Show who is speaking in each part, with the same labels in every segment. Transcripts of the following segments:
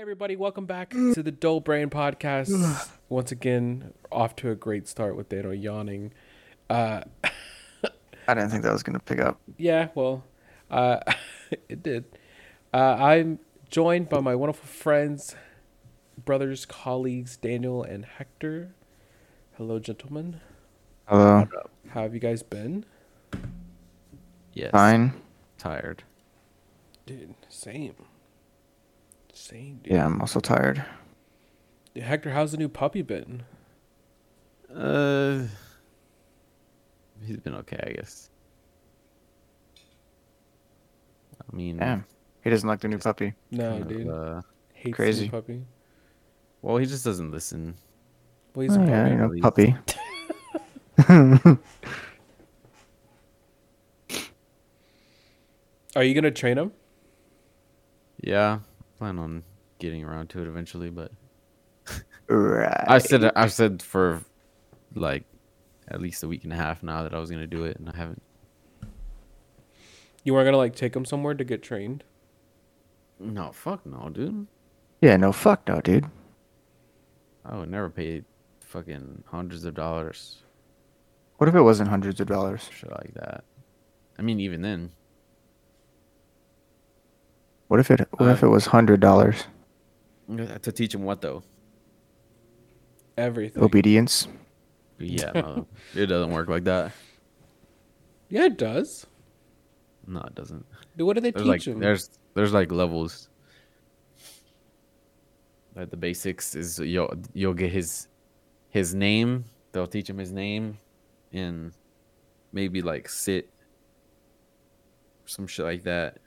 Speaker 1: everybody, welcome back to the Dull Brain Podcast. Once again, off to a great start with Dano yawning. Uh,
Speaker 2: I didn't think that was going to pick up.
Speaker 1: yeah, well, uh, it did. Uh, I'm joined by my wonderful friends, brothers, colleagues, Daniel and Hector. Hello, gentlemen.
Speaker 2: Hello.
Speaker 1: How have you guys been?
Speaker 3: Yes.
Speaker 2: Fine.
Speaker 3: Tired.
Speaker 1: Dude, same. Same, dude.
Speaker 2: Yeah, I'm also tired.
Speaker 1: Hector, how's the new puppy been?
Speaker 3: Uh, he's been okay, I guess. I mean,
Speaker 2: Damn. He doesn't like the new puppy.
Speaker 1: No,
Speaker 3: kind of,
Speaker 1: dude.
Speaker 3: uh,
Speaker 1: Hates the new
Speaker 2: crazy.
Speaker 1: puppy.
Speaker 3: well, he just doesn't listen.
Speaker 1: Well, he's a puppy.
Speaker 2: Oh, yeah, you know,
Speaker 3: really.
Speaker 2: puppy.
Speaker 1: Are you going to train him?
Speaker 3: Yeah, plan on getting around to it eventually, but
Speaker 2: Right.
Speaker 3: I said I've said for like at least a week and a half now that I was gonna do it, and I haven't.
Speaker 1: You weren't gonna like take him somewhere to get trained.
Speaker 3: No, fuck no, dude.
Speaker 2: Yeah, no, fuck no, dude.
Speaker 3: I would never pay fucking hundreds of dollars
Speaker 2: What if it wasn't hundreds of dollars?
Speaker 3: for shit like that. I mean, even then,
Speaker 2: What if it? What if it was hundred dollars?
Speaker 3: to teach him what though.
Speaker 1: Everything.
Speaker 2: Obedience.
Speaker 3: Yeah, no, it doesn't work like that.
Speaker 1: yeah, it does.
Speaker 3: No, it doesn't.
Speaker 1: Dude, What do they
Speaker 3: There's
Speaker 1: teach
Speaker 3: like
Speaker 1: him?
Speaker 3: there's there's like levels. Like the basics is you'll you'll get his his name. They'll teach him his name, and maybe like sit, some shit like that,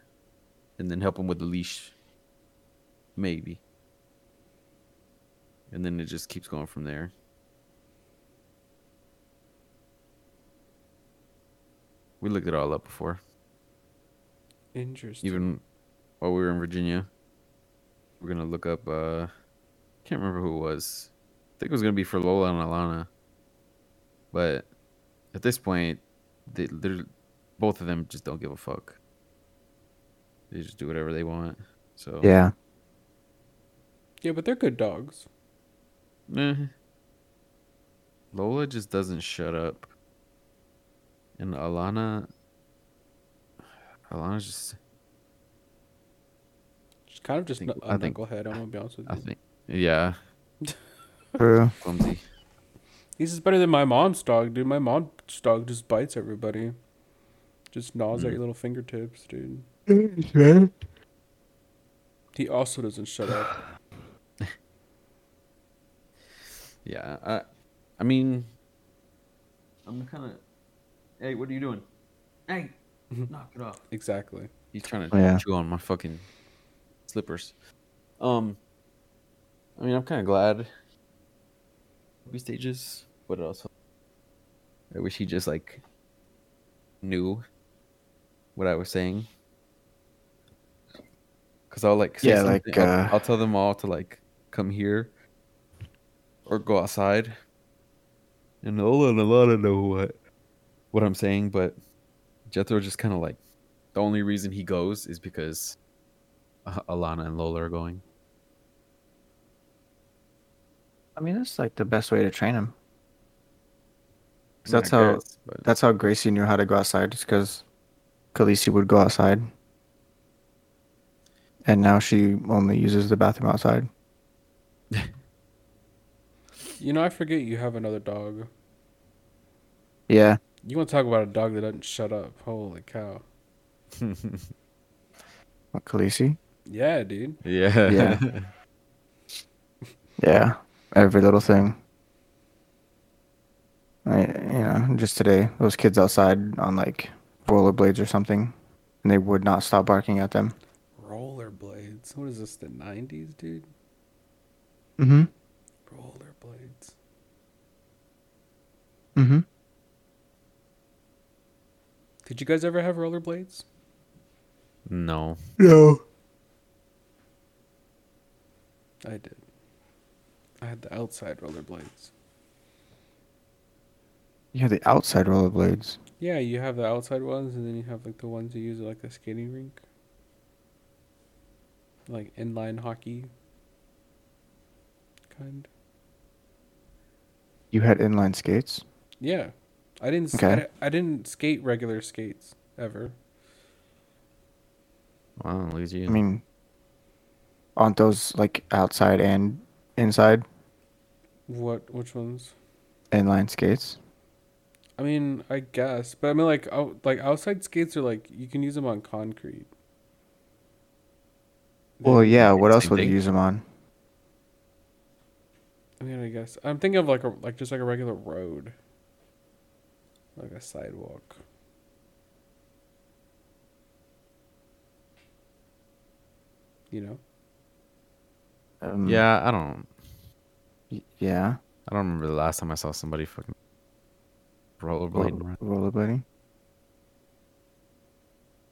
Speaker 3: and then help him with the leash. Maybe. And then it just keeps going from there. We looked it all up before
Speaker 1: Interesting.
Speaker 3: even while we were in Virginia, we're gonna look up. uh Can't remember who it was. I think it was gonna be for Lola and Alana, but at this point, they, they're both of them just don't give a fuck. They just do whatever they want. So
Speaker 2: Yeah.
Speaker 1: yeah, but they're good dogs.
Speaker 3: Eh. Lola just doesn't shut up. And Alana, Alana's just
Speaker 1: She's kind of just
Speaker 3: think-
Speaker 1: kn-
Speaker 3: I
Speaker 1: a
Speaker 3: think-
Speaker 1: knucklehead. I'm gonna be honest with
Speaker 3: I
Speaker 1: you.
Speaker 3: think yeah
Speaker 2: True.
Speaker 3: clumsy.
Speaker 1: This is better than my mom's dog, dude. My mom's dog just bites everybody, just gnaws
Speaker 3: Hmm.
Speaker 1: at your little fingertips, dude. He also doesn't shut up.
Speaker 3: Yeah, I, I mean, I'm kind of. Hey, what are you doing? Hey, knock it off.
Speaker 1: Exactly.
Speaker 3: He's trying to
Speaker 2: Oh, yeah.
Speaker 3: chew on my fucking slippers. Um, I mean, I'm kind of glad. Three stages. What else? I wish he just like knew what I was saying. Cause I'll like say
Speaker 2: Yeah,
Speaker 3: something-
Speaker 2: like,
Speaker 3: I'll-
Speaker 2: uh,
Speaker 3: I'll tell them all to like come here or go outside. And Ola and Alana know what what I'm saying, but Jethro just kind of like the only reason he goes is because uh, Alana and Lola are going.
Speaker 2: I mean, that's like the best way to train him. 'Cause
Speaker 3: I
Speaker 2: That's how.
Speaker 3: guess, but-
Speaker 2: That's how Gracie knew how to go outside, just because Khaleesi would go outside, and now she only uses the bathroom outside.
Speaker 1: You know, I forget you have another dog.
Speaker 2: Yeah.
Speaker 1: You want to talk about a dog that doesn't shut up? Holy cow!
Speaker 2: What, Khaleesi?
Speaker 1: Yeah, dude.
Speaker 3: yeah.
Speaker 2: Yeah. Yeah, every little thing. I, you know, just today, those kids outside on like rollerblades or something, and they would not stop barking at them.
Speaker 1: Rollerblades. What is this? The '90s, dude.
Speaker 2: Mm-hmm.
Speaker 1: Rollerblades.
Speaker 2: Mm-hmm.
Speaker 1: Did you guys ever have rollerblades?
Speaker 3: no.
Speaker 2: No.
Speaker 1: I did. I had the outside rollerblades.
Speaker 2: You have the outside rollerblades.
Speaker 1: Yeah, you have the outside ones, and then you have like the ones you use at like a skating rink, like inline hockey kind.
Speaker 2: You had inline skates?
Speaker 1: Yeah, I didn't. s- I
Speaker 2: Okay.
Speaker 1: di- I didn't skate regular skates ever.
Speaker 3: Wow, look at you.
Speaker 2: I mean, aren't those like outside and inside
Speaker 1: What? Which ones?
Speaker 2: inline skates?
Speaker 1: I mean, I guess, but I mean, like, out, like outside skates are like you can use them on concrete.
Speaker 2: Well, yeah. What else
Speaker 3: Same
Speaker 2: would you
Speaker 3: thing.
Speaker 2: use them on?
Speaker 1: I mean, I guess I'm thinking of like a like just like a regular road, like a sidewalk. You know,
Speaker 2: Um,
Speaker 3: yeah, I don't.
Speaker 2: y- Yeah.
Speaker 3: I don't remember the last time I saw somebody fucking rollerblading.
Speaker 2: Roll-
Speaker 3: around.
Speaker 2: rollerblading.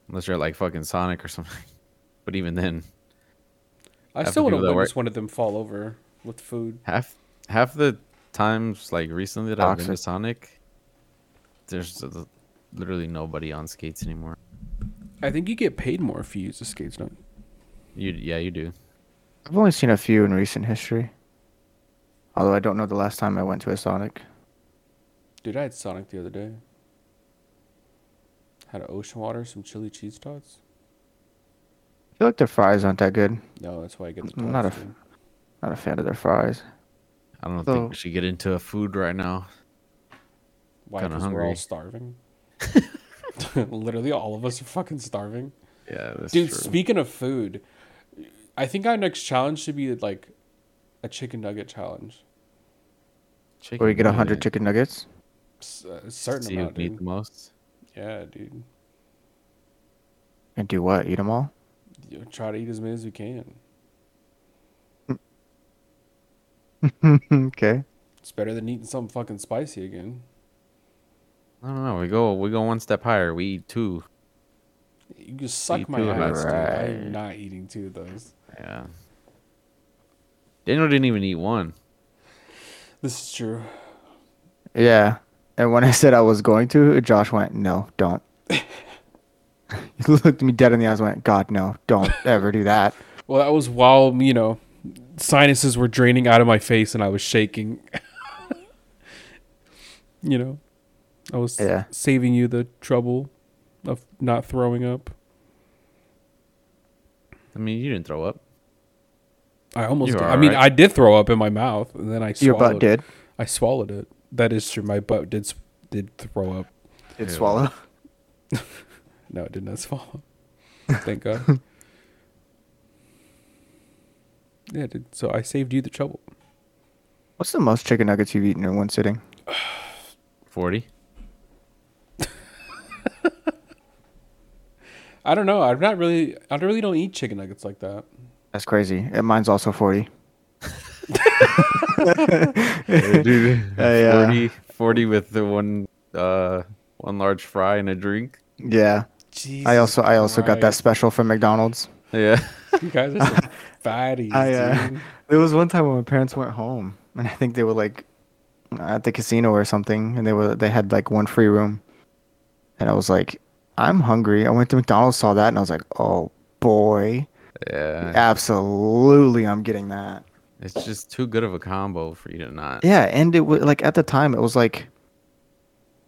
Speaker 3: Unless you're at, like fucking Sonic or something. But even then,
Speaker 1: I
Speaker 3: Half the
Speaker 1: still would have
Speaker 3: people that work-
Speaker 1: witnessed one of them fall over with food.
Speaker 3: half half the times like recently that I've been to
Speaker 2: Toxic.
Speaker 3: Sonic, there's uh, literally nobody on skates anymore.
Speaker 1: I think you get paid more if you use the skates, don't? you?
Speaker 3: You yeah, you do.
Speaker 2: I've only seen a few in recent history. Although I don't know the last time I went to a Sonic.
Speaker 1: Dude, I had Sonic the other day. Had an ocean water, some chili cheese tots.
Speaker 2: I feel like their fries aren't that good.
Speaker 1: No, that's why I get the
Speaker 2: I'm not
Speaker 1: tots.
Speaker 2: a
Speaker 1: dude.
Speaker 2: Not a fan of their fries.
Speaker 3: I don't
Speaker 2: So-
Speaker 3: think we should get into a food right now.
Speaker 1: Why?
Speaker 3: kinda
Speaker 1: Because we're all
Speaker 3: hungry.
Speaker 1: starving. Literally, all of us are fucking starving.
Speaker 3: Yeah, that's
Speaker 1: Dude,
Speaker 3: true.
Speaker 1: speaking of food, I think our next challenge should be like a chicken nugget challenge.
Speaker 3: Chicken
Speaker 2: Where you get a
Speaker 3: nugget.
Speaker 2: hundred chicken nuggets.
Speaker 1: S- uh, A certain
Speaker 3: See who
Speaker 1: amount,
Speaker 3: can eat
Speaker 1: dude.
Speaker 3: the most.
Speaker 1: Yeah, dude.
Speaker 2: And do what? Eat them all?
Speaker 1: You know, try to eat as many as we can.
Speaker 2: okay.
Speaker 1: It's better than eating something fucking spicy again.
Speaker 3: I don't know. We go we go one step higher. We eat two.
Speaker 1: You can suck
Speaker 3: Eat
Speaker 1: my
Speaker 3: two of
Speaker 1: ass, dude.
Speaker 2: Right.
Speaker 1: I'm not eating two of those.
Speaker 3: Yeah. Daniel didn't even eat one.
Speaker 1: This is true.
Speaker 2: Yeah. And when I said I was going to, Josh went, "No, don't." he looked me dead in the eyes. and Went, "God, no, don't ever do that."
Speaker 1: Well, that was while, you know, sinuses were draining out of my face and I was shaking. you know, I was
Speaker 2: Yeah.
Speaker 1: saving you the trouble of not throwing up.
Speaker 3: I mean, you didn't throw up.
Speaker 1: I almost.
Speaker 3: You
Speaker 1: did.
Speaker 3: are
Speaker 1: I mean,
Speaker 3: alright.
Speaker 1: I did throw up in my mouth, and then I swallowed.
Speaker 2: Your butt did.
Speaker 1: I swallowed it. That is true. My butt did s- did throw up.
Speaker 2: Did
Speaker 3: Ew.
Speaker 2: swallow.
Speaker 1: No, it did not swallow. Thank God. Yeah, it did. So I saved you the trouble.
Speaker 2: What's the most chicken nuggets you've eaten in one sitting?
Speaker 3: Forty.
Speaker 1: I don't know. I'm not really. I don't really don't eat chicken nuggets like that.
Speaker 2: That's crazy. And mine's also forty.
Speaker 3: dude.
Speaker 2: Hey, uh,
Speaker 3: 40, 40 with the one uh one large fry and a drink.
Speaker 2: Yeah.
Speaker 1: Jesus
Speaker 2: I also I also got that special from McDonald's.
Speaker 3: Yeah.
Speaker 1: You guys are some fatties,
Speaker 2: I, uh,
Speaker 1: dude.
Speaker 2: There was one time when my parents went home, and I think they were like at the casino or something, and they were they had like one free room, and I was like, I'm hungry. I went to McDonald's, saw that, and I was like, oh boy,
Speaker 3: Yeah.
Speaker 2: absolutely, I'm getting that.
Speaker 3: It's just too good of a combo for you to not.
Speaker 2: Yeah, and it was like at the time it was like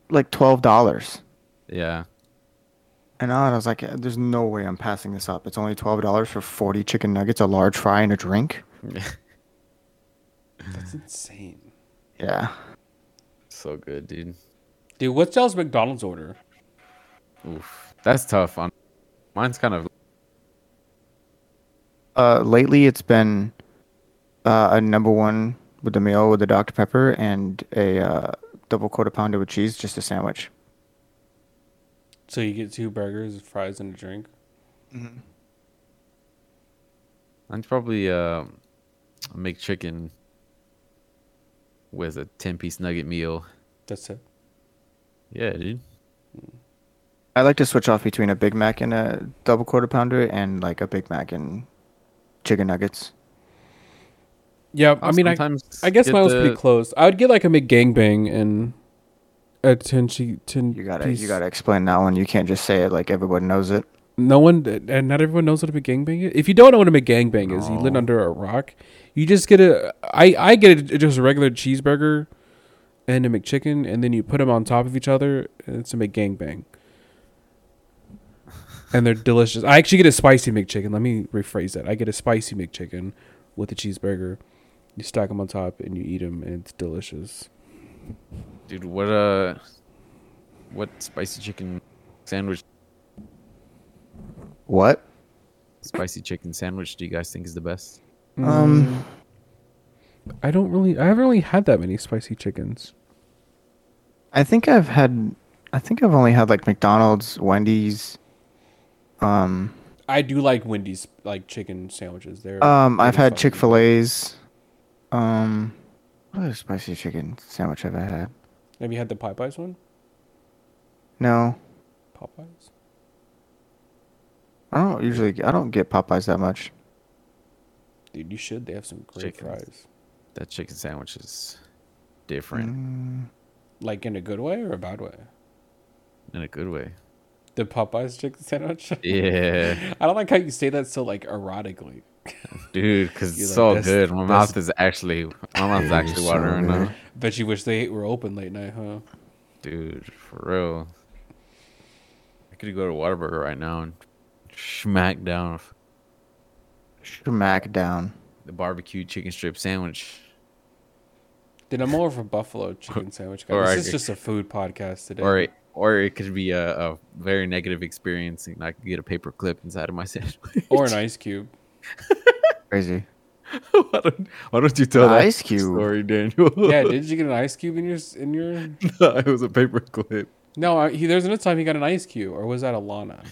Speaker 2: like twelve dollars,
Speaker 3: Yeah.
Speaker 2: and I was like, there's no way I'm passing this up. It's only twelve dollars for forty chicken nuggets, a large fry, and a drink.
Speaker 1: That's insane,
Speaker 2: Yeah,
Speaker 3: so good, dude.
Speaker 1: dude. What's y'all's McDonald's order?
Speaker 3: Oof. That's tough on mine's kind of
Speaker 2: uh, lately it's been uh, a number one with the meal with the Dr Pepper and a uh, double quarter pounder with cheese, just a sandwich.
Speaker 1: So you get two burgers, fries, and a drink.
Speaker 3: mine's probably uh make chicken with a ten piece nugget meal.
Speaker 1: That's it.
Speaker 3: Yeah, dude.
Speaker 2: I like to switch off between a Big Mac and a double quarter pounder, and like a Big Mac and chicken nuggets.
Speaker 1: Yeah, I
Speaker 3: I'll
Speaker 1: mean, I,
Speaker 3: sometimes
Speaker 1: I guess
Speaker 3: get
Speaker 1: mine was
Speaker 3: the-
Speaker 1: pretty close. I would get like a McGangbang and a ten, che- ten
Speaker 2: You gotta
Speaker 1: piece.
Speaker 2: you gotta explain that one. You can't just say it like everyone knows it.
Speaker 1: No one, and not everyone knows what a gangbang is. If you don't know what a gangbang is, you live
Speaker 3: No.
Speaker 1: under a rock. You just get a. I I get a, just a regular cheeseburger, and a McChicken, and then you put them on top of each other, and it's a McGangbang. And they're delicious. I actually get a spicy McChicken. Let me rephrase that. I get a spicy McChicken with a cheeseburger. You stack them on top and you eat them, and it's delicious.
Speaker 3: Dude, what uh what spicy chicken sandwich
Speaker 2: What?
Speaker 3: spicy chicken sandwich do you guys think is the best?
Speaker 2: Um,
Speaker 1: Mm, I don't really. I haven't really had that many spicy chickens.
Speaker 2: I think I've had. I think I've only had like McDonald's, Wendy's. Um,
Speaker 1: I do like Wendy's like chicken sandwiches. There.
Speaker 2: um, I've had Chick Fil A's. Um, what other spicy chicken sandwich have I had?
Speaker 1: Have you had the Popeyes one?
Speaker 2: No,
Speaker 1: Popeyes.
Speaker 2: I don't usually. I don't get Popeyes that much.
Speaker 1: Dude, you should. They have some great
Speaker 3: Chickens.
Speaker 1: fries.
Speaker 3: That chicken sandwich is different
Speaker 1: Like in a good way or a bad way?
Speaker 3: in a good way.
Speaker 1: The Popeyes chicken sandwich.
Speaker 3: Yeah,
Speaker 1: I don't like how you say that so like erotically.
Speaker 3: dude, because
Speaker 1: You're
Speaker 3: it's
Speaker 1: like,
Speaker 3: so
Speaker 1: "That's-
Speaker 3: good. My
Speaker 1: that's-
Speaker 3: mouth is actually my mouth's
Speaker 2: Dude,
Speaker 3: actually
Speaker 2: so
Speaker 3: watering
Speaker 2: good.
Speaker 3: now,
Speaker 1: Bet you wish they were open late night, huh?
Speaker 3: dude. For real, I could go to Whataburger right now and smack down
Speaker 2: Smack down.
Speaker 3: the barbecue chicken strip sandwich.
Speaker 1: Dude, I'm more of a buffalo chicken sandwich guy.
Speaker 3: Or
Speaker 1: this
Speaker 3: I
Speaker 1: is
Speaker 3: could-
Speaker 1: just a food podcast today.
Speaker 3: or it, or it could be a, a very negative experience and I could get a paper clip inside of my sandwich.
Speaker 1: or an ice cube.
Speaker 2: Crazy.
Speaker 3: why, don't, why don't you tell
Speaker 2: The
Speaker 3: that
Speaker 2: ice cube.
Speaker 3: story, Daniel?
Speaker 1: Yeah, did you get an ice cube in your s- in your?
Speaker 3: it was a paper clip.
Speaker 1: No, I, he, there's another time he got an ice cube, or was that a Lana?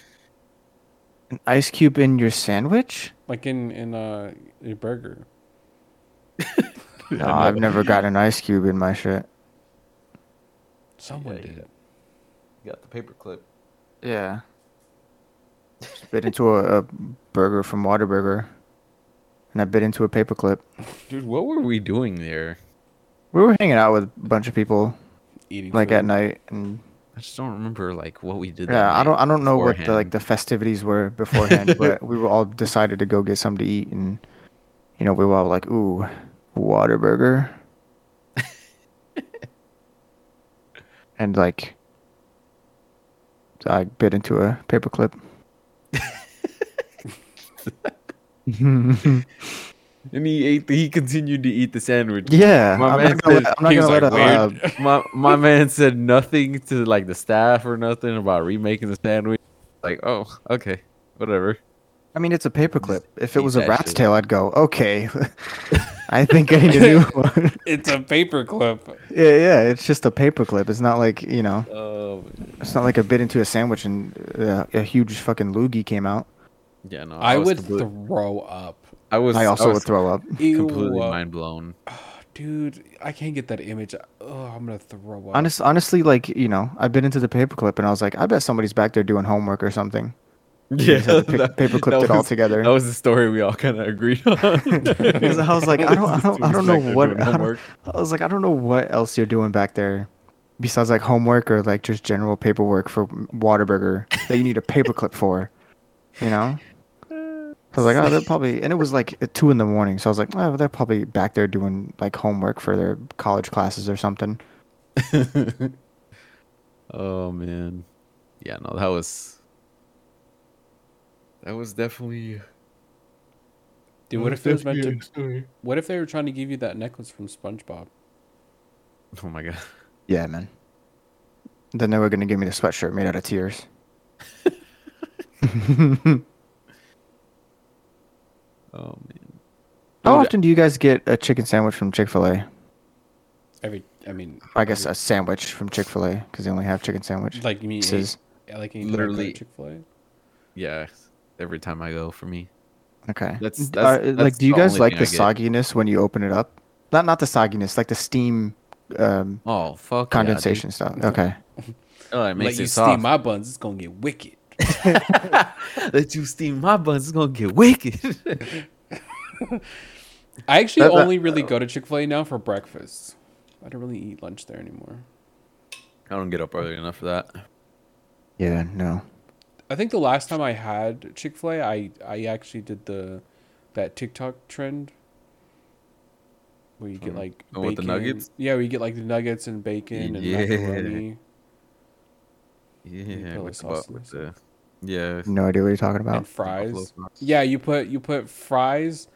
Speaker 2: An ice cube in your sandwich?
Speaker 1: Like in in uh, a burger.
Speaker 2: No, I've never gotten an ice cube in my shit.
Speaker 1: Someone
Speaker 3: Yeah,
Speaker 1: did
Speaker 3: yeah.
Speaker 1: it.
Speaker 3: Got the paper clip.
Speaker 2: Yeah. bit into a, a burger from Whataburger, and I bit into a paperclip.
Speaker 3: Dude, what were we doing there?
Speaker 2: We were hanging out with a bunch of people
Speaker 1: Eating
Speaker 2: like
Speaker 1: food.
Speaker 2: at night, and
Speaker 3: I just don't remember like what we did.
Speaker 2: yeah, I don't, I don't know what the like
Speaker 3: beforehand.
Speaker 2: the festivities were beforehand, but we were all decided to go get something to eat, and you know we were all like, ooh, Whataburger, and like I bit into a paperclip.
Speaker 3: And he ate. The, he continued to eat the sandwich.
Speaker 2: Yeah,
Speaker 3: My
Speaker 2: I'm
Speaker 3: man
Speaker 2: not gonna
Speaker 3: said-
Speaker 2: let, I'm not
Speaker 3: he was
Speaker 2: gonna let
Speaker 3: like,
Speaker 2: uh,
Speaker 3: "Weird." my my man said nothing to like the staff or nothing about remaking the sandwich. Like, oh, okay, whatever.
Speaker 2: I mean, it's a paperclip. If it
Speaker 3: eat
Speaker 2: was a
Speaker 3: that
Speaker 2: rat's
Speaker 3: shit.
Speaker 2: tail, I'd go, okay. I think I need a new one.
Speaker 1: It's a paperclip.
Speaker 2: yeah, yeah. It's just a paperclip. It's not like you know.
Speaker 3: Oh,
Speaker 2: It's not like I bit into a sandwich and uh, a huge fucking loogie came out.
Speaker 3: yeah, no.
Speaker 1: I,
Speaker 3: was
Speaker 1: would
Speaker 3: complete-
Speaker 1: throw up.
Speaker 3: I was.
Speaker 2: I also
Speaker 3: was
Speaker 2: would throw up.
Speaker 1: Ew.
Speaker 3: completely mind blown.
Speaker 1: Dude, I can't get that image. Oh, I'm gonna throw up.
Speaker 2: Honest, honestly, like you know, I bit into the paperclip and I was like, I bet somebody's back there doing homework or something.
Speaker 3: Yeah,
Speaker 2: just had to pick- paper clipped it all
Speaker 3: was-
Speaker 2: together.
Speaker 3: That was the story we all kind of agreed on.
Speaker 2: 'Cause I was like, I don't, I don't, I don't know
Speaker 3: Back there
Speaker 2: what.
Speaker 3: doing
Speaker 2: I,
Speaker 3: homework.
Speaker 2: don't, I was like, I don't know what else you're doing back there, besides like homework or like just general paperwork for Waterburger that you need a paperclip for, you know. I was like, oh, they're probably, and it was like at two in the morning, so I was like, oh, they're probably back there doing like homework for their college classes or something.
Speaker 3: Oh man, yeah, no, that was that was definitely.
Speaker 1: Dude, what if it was meant to? What if they were trying to give you that necklace from SpongeBob?
Speaker 3: Oh my god,
Speaker 2: Yeah, man. Then they were gonna give me the sweatshirt made out of tears.
Speaker 3: oh man,
Speaker 2: How
Speaker 3: Dude,
Speaker 2: often do you guys get a chicken sandwich from Chick Fil A?
Speaker 1: Every, I mean,
Speaker 2: I guess a sandwich from Chick Fil A because they only have chicken sandwich.
Speaker 1: like you mean,
Speaker 2: Says-
Speaker 1: yeah, like you literally
Speaker 3: Literally-
Speaker 1: Chick Fil A.
Speaker 3: yeah. Every time I go for me,
Speaker 2: Okay.
Speaker 3: That's-
Speaker 2: D-
Speaker 3: that's-
Speaker 2: are-
Speaker 3: that's
Speaker 2: like, do you
Speaker 3: the
Speaker 2: guys
Speaker 3: only
Speaker 2: like
Speaker 3: thing
Speaker 2: the
Speaker 3: I get.
Speaker 2: sogginess when you open it up? Not not the sogginess, like the steam um,
Speaker 3: oh fuck, yeah, dude.
Speaker 2: condensation stuff. Okay.
Speaker 3: oh, it makes
Speaker 1: Let you
Speaker 3: it soft.
Speaker 1: steam my buns. It's gonna get wicked.
Speaker 3: Let you steam my buns. It's gonna get wicked.
Speaker 1: I actually
Speaker 2: That- that-
Speaker 1: only really go to Chick Fil A now for breakfast. I don't really eat lunch there anymore.
Speaker 3: I don't get up early enough for that.
Speaker 2: Yeah. No.
Speaker 1: I think the last time I had Chick Fil A, I I actually did the that TikTok trend where you get
Speaker 3: Mhm.
Speaker 1: like
Speaker 3: Oh, with the nuggets?
Speaker 1: Yeah, where you get like the nuggets and bacon and
Speaker 3: Yeah.
Speaker 1: macaroni.
Speaker 3: Yeah,
Speaker 1: put,
Speaker 3: with the,
Speaker 1: like, sauce
Speaker 3: bu- with
Speaker 1: in
Speaker 3: the yeah with
Speaker 2: No idea what you're talking
Speaker 1: and
Speaker 2: about.
Speaker 3: the buffalo
Speaker 1: fries.
Speaker 3: sauce.
Speaker 1: Yeah, you put you put fries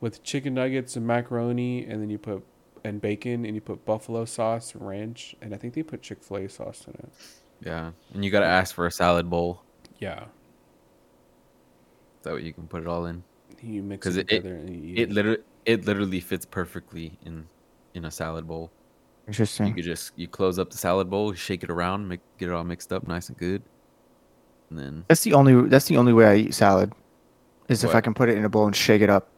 Speaker 1: with chicken nuggets and macaroni, and then you put and bacon, and you put buffalo sauce, ranch, and I think they put Chick Fil A sauce in it.
Speaker 3: Yeah, and you gotta ask for a salad bowl.
Speaker 1: Yeah,
Speaker 3: That way you can put it all in.
Speaker 1: you mix
Speaker 3: 'Cause
Speaker 1: it
Speaker 3: it- it-
Speaker 1: together and you eat
Speaker 3: It literally it literally fits perfectly in in a salad bowl. You
Speaker 2: Interesting.
Speaker 3: could just you close up the salad bowl, shake it around, make, get it all mixed up, nice and good, and then
Speaker 2: That's the only. That's the only way I eat salad, is if I
Speaker 3: What?
Speaker 2: can put it in a bowl and shake it up.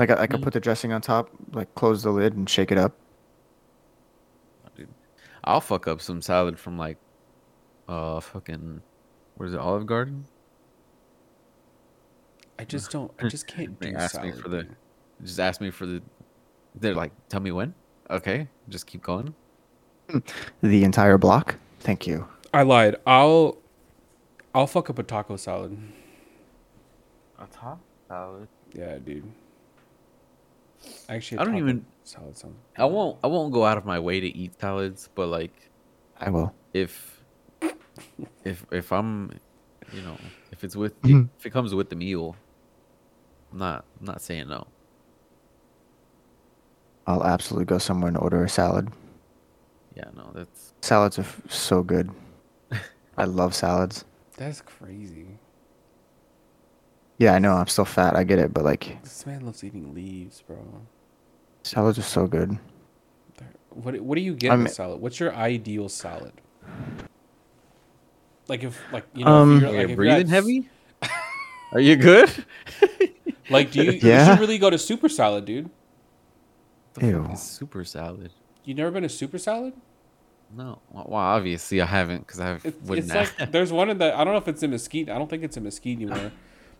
Speaker 2: Like I, I could
Speaker 3: Mm.
Speaker 2: put the dressing on top, like close the lid and shake it up.
Speaker 3: I'll fuck up some salad from like uh fucking what is it Olive Garden?
Speaker 1: I just don't. I just can't
Speaker 3: They
Speaker 1: do
Speaker 3: asked me
Speaker 1: salad.
Speaker 3: for the
Speaker 1: dude.
Speaker 3: just ask me for the they're like tell me when. Okay, just keep going.
Speaker 2: The entire block. Thank you.
Speaker 1: I lied. I'll I'll fuck up a taco salad.
Speaker 3: A top salad.
Speaker 1: Yeah, dude. Actually, a
Speaker 3: I don't
Speaker 1: taco
Speaker 3: even-
Speaker 1: salad sounds.
Speaker 3: I won't I won't go out of my way to eat salads, but like
Speaker 2: I will.
Speaker 3: if if if I'm you know if it's with
Speaker 2: Mhm.
Speaker 3: if it comes with the meal, I'm not I'm not saying no.
Speaker 2: I'll absolutely go somewhere and order a salad.
Speaker 3: Yeah, no, that's
Speaker 2: Salads are f- so good. I love salads.
Speaker 1: That's crazy.
Speaker 2: Yeah, I know. I'm still fat. I get it, but like
Speaker 1: This man loves eating leaves, bro.
Speaker 2: salads are so good.
Speaker 1: They're- What What do you get in
Speaker 2: I'm-
Speaker 1: a salad? What's your ideal salad? Like if like you know
Speaker 2: Um,
Speaker 1: if you're,
Speaker 3: Are
Speaker 1: like,
Speaker 3: you
Speaker 1: if you're
Speaker 3: breathing
Speaker 1: at-
Speaker 3: heavy? Are you good?
Speaker 1: Like do you, you
Speaker 2: Yeah.
Speaker 1: should really go to super salad, dude?
Speaker 3: The fuck
Speaker 2: Ew.
Speaker 3: is super salad.
Speaker 1: You never been to super salad?
Speaker 3: No, well, well, obviously I haven't because I
Speaker 1: It's,
Speaker 3: wouldn't.
Speaker 1: it's like there's one in the I don't know if it's in Mesquite. I don't think it's in Mesquite anymore.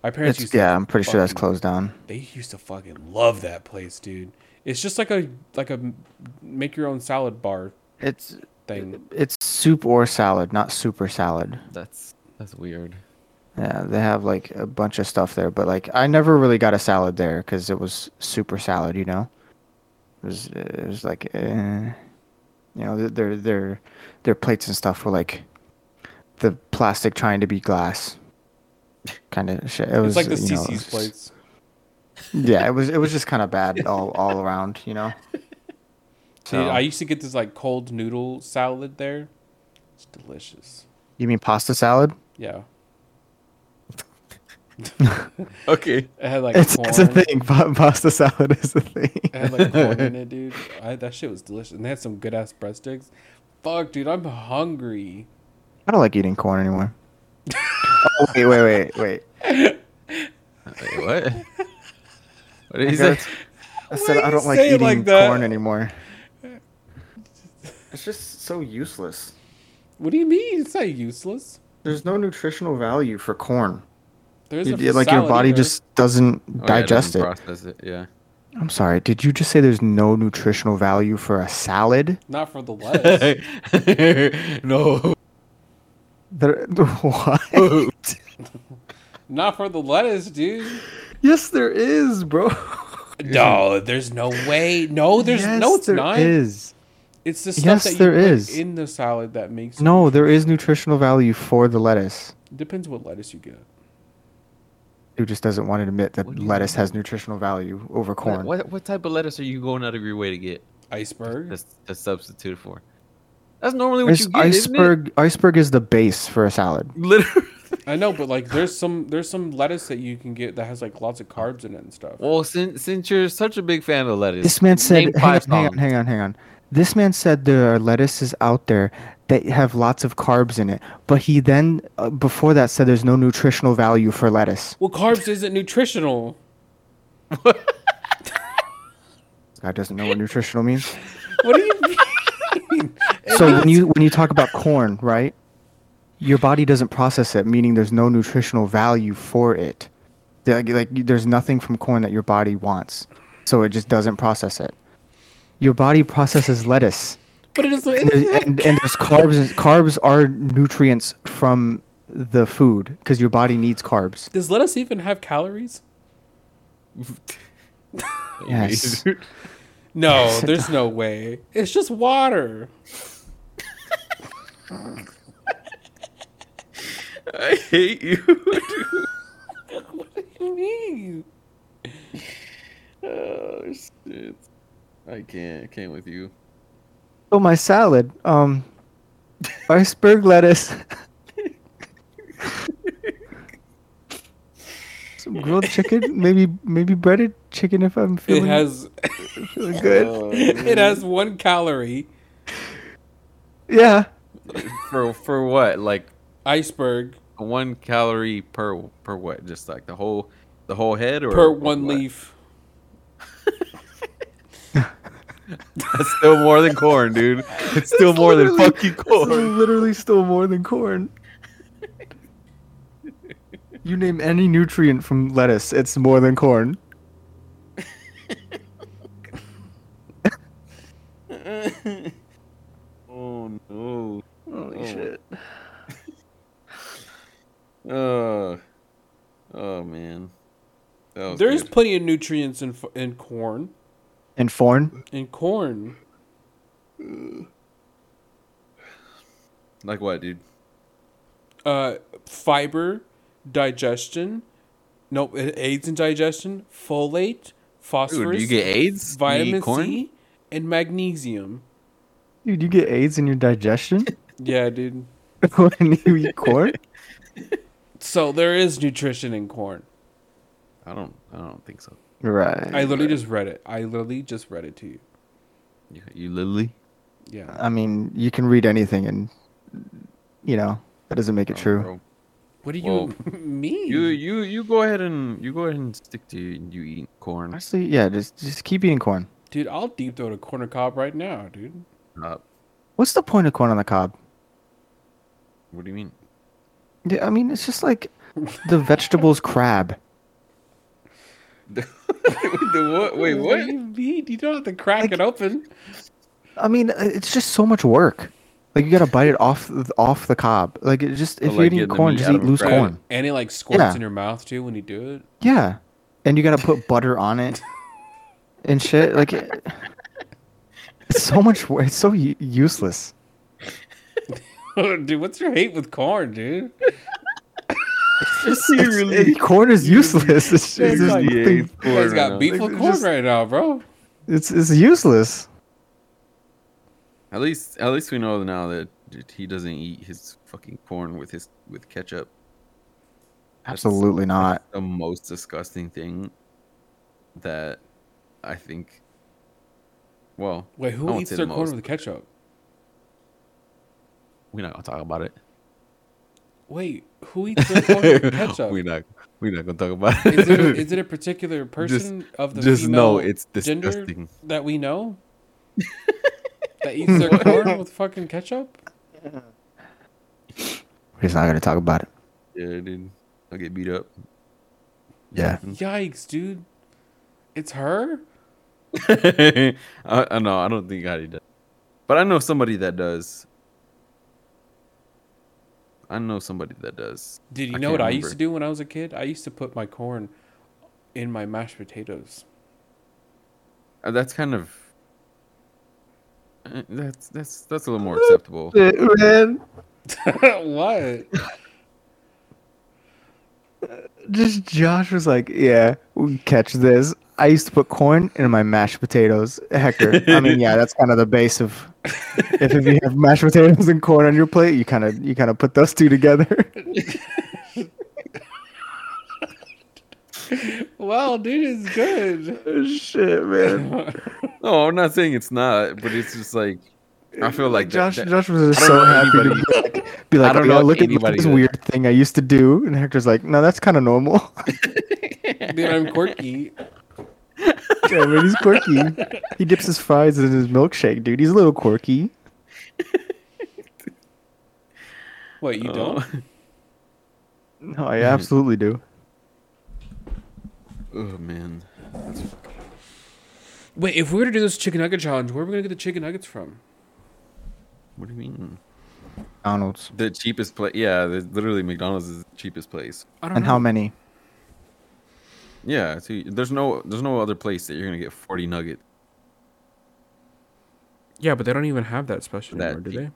Speaker 1: My parents
Speaker 2: It's,
Speaker 1: used to
Speaker 2: yeah, I'm pretty sure that's
Speaker 1: fucking-
Speaker 2: closed down.
Speaker 1: They used to fucking love that place, dude. It's just like a like a make your own salad bar
Speaker 2: It's
Speaker 1: thing.
Speaker 2: it's soup or salad, not super salad.
Speaker 3: that's that's weird.
Speaker 2: Yeah, they have like a bunch of stuff there, but like I never really got a salad there because it was super salad, you know. It was it was like, eh. you know, th- their their their plates and stuff were like the plastic trying to be glass, kind of shit. It was
Speaker 1: it's like the
Speaker 2: you know, it
Speaker 1: CC's
Speaker 2: was-
Speaker 1: plates.
Speaker 2: Yeah, it was it was just kind of bad all all around, you know.
Speaker 1: Dude,
Speaker 2: So-
Speaker 1: I used to get this like cold noodle salad there. It's delicious.
Speaker 2: you mean pasta salad?
Speaker 1: Yeah,
Speaker 3: Okay,
Speaker 1: it had like
Speaker 2: It's,
Speaker 1: corn.
Speaker 2: it's a thing. pa- Pasta salad is a thing.
Speaker 1: It had like corn in it, dude. I, that shit was delicious, and they had some good ass breadsticks. Fuck, dude, I'm hungry.
Speaker 2: I don't like eating corn anymore. oh, wait, wait, wait, wait.
Speaker 3: Wait, what? What did
Speaker 2: I
Speaker 3: he say?
Speaker 2: gotta- I said
Speaker 1: do
Speaker 2: I
Speaker 1: you
Speaker 2: don't like
Speaker 1: say it
Speaker 2: eating
Speaker 1: like that?
Speaker 2: corn anymore. It's just so useless.
Speaker 1: What do you mean? It's not useless.
Speaker 2: There's no nutritional value for corn.
Speaker 1: There's
Speaker 2: You-
Speaker 1: a
Speaker 2: you- like your
Speaker 1: salad
Speaker 2: body
Speaker 1: either.
Speaker 2: just doesn't
Speaker 3: Oh, yeah,
Speaker 2: digest
Speaker 3: doesn't
Speaker 2: it.
Speaker 3: Process it. Yeah.
Speaker 2: I'm sorry. Did you just say there's no nutritional value for a salad?
Speaker 1: not for the less.
Speaker 3: no.
Speaker 2: There, what?
Speaker 1: not for the lettuce, dude.
Speaker 2: yes, there is, bro.
Speaker 1: No, there's no way.
Speaker 3: Oh,
Speaker 1: No, there's no. It's
Speaker 2: there
Speaker 1: not.
Speaker 2: is.
Speaker 1: It's the stuff
Speaker 2: Yes,
Speaker 1: that you
Speaker 2: there
Speaker 1: put
Speaker 2: is.
Speaker 1: in the salad that makes.
Speaker 2: No, there is nutritional value for the lettuce.
Speaker 1: Depends what lettuce you get.
Speaker 2: Who just doesn't want to admit that
Speaker 3: What do you
Speaker 2: lettuce
Speaker 3: mean?
Speaker 2: has nutritional value over corn?
Speaker 3: What, what what type of lettuce are you going out of your way to get
Speaker 1: Iceberg.
Speaker 3: to, to substitute for? That's normally what
Speaker 2: Ice-
Speaker 3: you get. Isn't
Speaker 2: iceberg iceberg is the base for a salad.
Speaker 3: it? Literally.
Speaker 1: I know, but like, there's some there's some lettuce that you can get that has like lots of carbs in it and stuff.
Speaker 3: Well, since since you're such a big fan of lettuce,
Speaker 2: This man
Speaker 3: name
Speaker 2: said, hang on,
Speaker 3: five
Speaker 2: hang on,
Speaker 3: songs.
Speaker 2: hang on, hang on. This man said there are lettuces out there that have lots of carbs in it, but he then, uh, before that, said there's no nutritional value for lettuce.
Speaker 1: Well, carbs isn't nutritional.
Speaker 2: This guy doesn't know what nutritional means.
Speaker 1: What do you mean?
Speaker 2: So when you when you talk about corn, right? Your body doesn't process it, meaning there's no nutritional value for it. Like, like there's nothing from corn that your body wants, so it just doesn't process it. Your body processes lettuce.
Speaker 1: But it is.
Speaker 2: and, there's- and, and there's carbs. Carbs are nutrients from the food because your body needs carbs.
Speaker 1: Does lettuce even have calories?
Speaker 2: Yes.
Speaker 1: No, there's no way. It's just water.
Speaker 3: I hate you. dude.
Speaker 1: What do you mean?
Speaker 3: oh shit! I can't. I can't with you.
Speaker 2: Oh, my salad. Um, iceberg lettuce. Some grilled chicken, maybe maybe breaded chicken if I'm
Speaker 1: It
Speaker 2: feeling,
Speaker 1: has
Speaker 2: feeling good.
Speaker 3: Oh,
Speaker 1: it
Speaker 3: man.
Speaker 1: has one calorie.
Speaker 2: yeah,
Speaker 3: for for what? Like
Speaker 1: Iceberg
Speaker 3: one calorie per per what? Just like the whole the whole head or
Speaker 1: per one
Speaker 3: what?
Speaker 1: leaf.
Speaker 3: That's still more than corn, dude. It's still
Speaker 2: That's
Speaker 3: more than
Speaker 2: literally-
Speaker 3: fucking
Speaker 2: This is
Speaker 3: corn.
Speaker 2: literally still more than corn. you name any nutrient from lettuce, it's more than corn.
Speaker 3: oh no.
Speaker 2: Holy
Speaker 3: Oh. shit. Oh. Oh man. That was
Speaker 1: There's
Speaker 3: good.
Speaker 1: plenty of nutrients in f- in corn.
Speaker 2: And foreign?
Speaker 1: In corn,
Speaker 3: like what, dude?
Speaker 1: uh, fiber, digestion. Nope, it aids in digestion. Folate, phosphorus,
Speaker 3: Dude, you get AIDS? You eat
Speaker 1: vitamin
Speaker 3: corn?
Speaker 1: C, and magnesium.
Speaker 2: Dude, you get AIDS in your digestion
Speaker 1: Yeah, dude.
Speaker 2: when you eat corn?
Speaker 1: So there is nutrition in corn.
Speaker 3: I don't. I don't think so.
Speaker 2: Right.
Speaker 1: I literally just read it. I literally just read it to you.
Speaker 3: You, you literally. Uh,
Speaker 1: Yeah.
Speaker 2: I mean, you can read anything and, you know, that doesn't make it
Speaker 3: Oh,
Speaker 2: true.
Speaker 3: bro.
Speaker 1: What do you
Speaker 3: Well,
Speaker 1: mean?
Speaker 3: You you you go ahead and you go ahead and stick to you eating corn.
Speaker 2: Honestly, yeah, just just keep eating corn.
Speaker 1: Dude, I'll deep throat a corner cob right now, dude.
Speaker 3: Up.
Speaker 2: What's the point of corn on the cob?
Speaker 3: What do you mean?
Speaker 2: Yeah, I mean, it's just like the vegetables crab.
Speaker 3: the what? Wait,
Speaker 1: do
Speaker 3: what?
Speaker 1: you mean? You don't have to crack
Speaker 2: Like-
Speaker 1: it open.
Speaker 2: I mean, uh, it's just so much work. Like you gotta bite it off off the cob. Like it just if
Speaker 3: like,
Speaker 2: you're
Speaker 3: get
Speaker 2: eating
Speaker 3: the
Speaker 2: corn,
Speaker 3: meat
Speaker 2: just
Speaker 3: out
Speaker 2: eat
Speaker 3: of a
Speaker 2: loose
Speaker 3: crab.
Speaker 2: corn.
Speaker 1: And it like squirts
Speaker 2: Yeah.
Speaker 1: in your mouth too when you do it.
Speaker 2: Yeah, and you gotta put butter on it and shit. Like it, it's so much. wo- It's so u- useless.
Speaker 1: dude, what's your hate with corn, dude?
Speaker 2: It's- it- corn is useless. It's, just,
Speaker 1: really
Speaker 2: there's
Speaker 1: like-
Speaker 2: nothing,
Speaker 1: You guys got beef
Speaker 2: Like,
Speaker 1: with
Speaker 2: it
Speaker 1: corn
Speaker 2: just-
Speaker 1: right now, bro.
Speaker 2: it's it's useless.
Speaker 3: At least, at least we know now that he doesn't eat his fucking corn with his with ketchup. That's-
Speaker 2: Absolutely not.
Speaker 3: The most disgusting thing that I think. Well,
Speaker 1: Wait,
Speaker 3: I
Speaker 1: who
Speaker 3: won't
Speaker 1: eats
Speaker 3: say
Speaker 1: their
Speaker 3: the
Speaker 1: corn
Speaker 3: most.
Speaker 1: with ketchup?
Speaker 3: We're not gonna talk about it.
Speaker 1: Wait, who eats their corn with ketchup?
Speaker 3: we're not. We're not gonna talk about it.
Speaker 1: Is it, is it a particular person of the
Speaker 3: just
Speaker 1: female
Speaker 3: know it's
Speaker 1: gender
Speaker 3: disgusting.
Speaker 1: that we know that eats their corn with fucking ketchup?
Speaker 2: We're just not gonna talk about it.
Speaker 3: yeah, dude. I'll get beat up.
Speaker 2: Yeah.
Speaker 3: Mm.
Speaker 1: Yikes, dude! It's her.
Speaker 3: I, I know. I don't think I does. But I know somebody that does. I know somebody that does.
Speaker 1: Did you
Speaker 3: I
Speaker 1: know
Speaker 3: can't
Speaker 1: what I used
Speaker 3: remember.
Speaker 1: to do when I was a kid? I used to put my corn in my mashed potatoes.
Speaker 3: Uh, That's kind of. uh, That's that's that's a little more acceptable.
Speaker 2: Man,
Speaker 1: what?
Speaker 2: just Josh was like, "Yeah, we can catch this." I used to put corn in my mashed potatoes. Hector, I mean, yeah, that's kind of the base of if, if you have mashed potatoes and corn on your plate, you kind of you kind of put those two together.
Speaker 1: Well, dude, it's good.
Speaker 2: Shit, man.
Speaker 3: No, I'm not saying it's not, but it's just like I feel like
Speaker 2: Josh.
Speaker 3: Josh. That,
Speaker 2: Josh was just
Speaker 3: I
Speaker 2: so
Speaker 3: don't know
Speaker 2: happy
Speaker 3: anybody-
Speaker 2: to be like, be like,
Speaker 3: I don't
Speaker 2: "Oh, yeah, look
Speaker 3: know
Speaker 2: at look at
Speaker 3: anybody
Speaker 2: this
Speaker 3: that-
Speaker 2: weird thing I used to do," and Hector's like, "No, that's kind of normal."
Speaker 1: Dude, I'm quirky.
Speaker 2: yeah, man, he's quirky. He dips his fries in his milkshake, dude. He's a little quirky.
Speaker 1: What you don't?
Speaker 2: No, I absolutely do.
Speaker 3: Oh man,
Speaker 1: Wait, if we were to do this chicken nugget challenge, where are we gonna get the chicken nuggets from?
Speaker 3: what do you mean?
Speaker 2: McDonald's.
Speaker 3: The cheapest place. Yeah, the- literally McDonald's is the cheapest place.
Speaker 1: I don't
Speaker 2: And
Speaker 1: know.
Speaker 2: how many?
Speaker 3: Yeah, see, there's no there's no other place that you're gonna get 40 nuggets.
Speaker 1: yeah, but they don't even have that special
Speaker 3: That
Speaker 1: anymore, do
Speaker 3: cheap.
Speaker 1: they?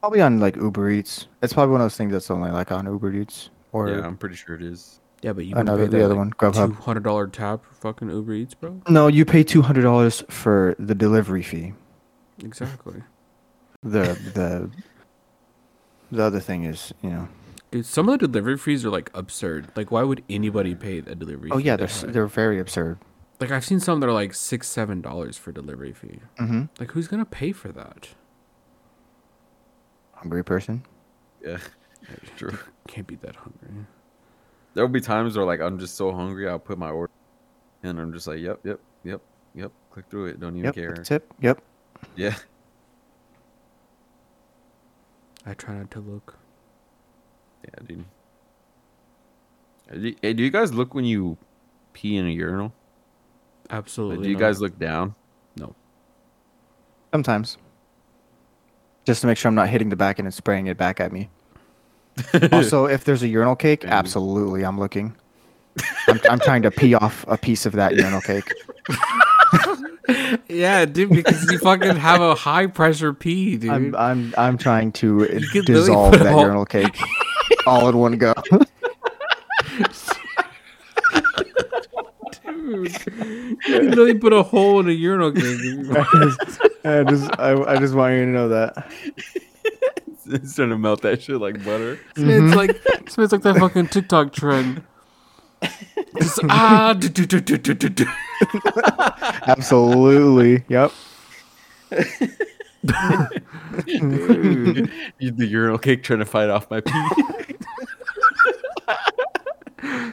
Speaker 2: Probably on like Uber Eats. It's probably one of those things that's only like on Uber Eats or
Speaker 3: yeah, I'm pretty sure it is.
Speaker 1: Yeah, but you
Speaker 2: another the other one,
Speaker 1: two
Speaker 2: Grubhub.
Speaker 1: hundred dollar tab for fucking Uber Eats, bro.
Speaker 2: No, you pay two hundred dollars for the delivery fee.
Speaker 1: Exactly,
Speaker 2: The the the other thing is, you know.
Speaker 1: dude. Some of the delivery fees are like absurd. Like, why would anybody pay a delivery?
Speaker 2: Oh
Speaker 1: fee
Speaker 2: yeah,
Speaker 1: that
Speaker 2: they're
Speaker 1: high?
Speaker 2: they're very absurd.
Speaker 1: like I've seen some that are like six, seven dollars for delivery fee.
Speaker 2: Mm-hmm.
Speaker 1: Like, who's gonna pay for that?
Speaker 2: Hungry person.
Speaker 3: Yeah, true.
Speaker 1: Can't be that hungry.
Speaker 3: There'll be times where like I'm just so hungry, I'll put my order, in, and I'm just like, yep, yep, yep, yep. Click through it. Don't even
Speaker 2: Yep.
Speaker 3: care.
Speaker 2: Tip. Yep.
Speaker 3: Yeah.
Speaker 1: I try not to look.
Speaker 3: Yeah, dude. Uh, do- Hey, do you guys look when you pee in a urinal? Like,
Speaker 1: Absolutely.
Speaker 3: do you
Speaker 1: not.
Speaker 3: guys look down?
Speaker 1: No.
Speaker 2: Sometimes. Just to make sure I'm not hitting the back end and spraying it back at me. also, if there's a urinal cake,
Speaker 3: Maybe.
Speaker 2: absolutely, I'm looking. I'm, I'm trying to pee off a piece of that urinal cake.
Speaker 1: Yeah, dude, because you fucking have a high pressure pee, dude.
Speaker 2: I'm I'm I'm trying to
Speaker 1: could literally
Speaker 2: dissolve
Speaker 1: put
Speaker 2: that
Speaker 1: all-
Speaker 2: urinal cake all in one go.
Speaker 1: Dude, you literally put a hole in a urinal
Speaker 2: I
Speaker 1: cake.
Speaker 2: just I just, I, I just want you to know that.
Speaker 3: it's trying to melt that shit like butter.
Speaker 1: It's like it's like that fucking TikTok trend. Just, ah, do, do, do, do, do, do, do.
Speaker 2: Absolutely. Yep.
Speaker 1: Dude.
Speaker 3: You- the urinal cake trying to fight off my pee.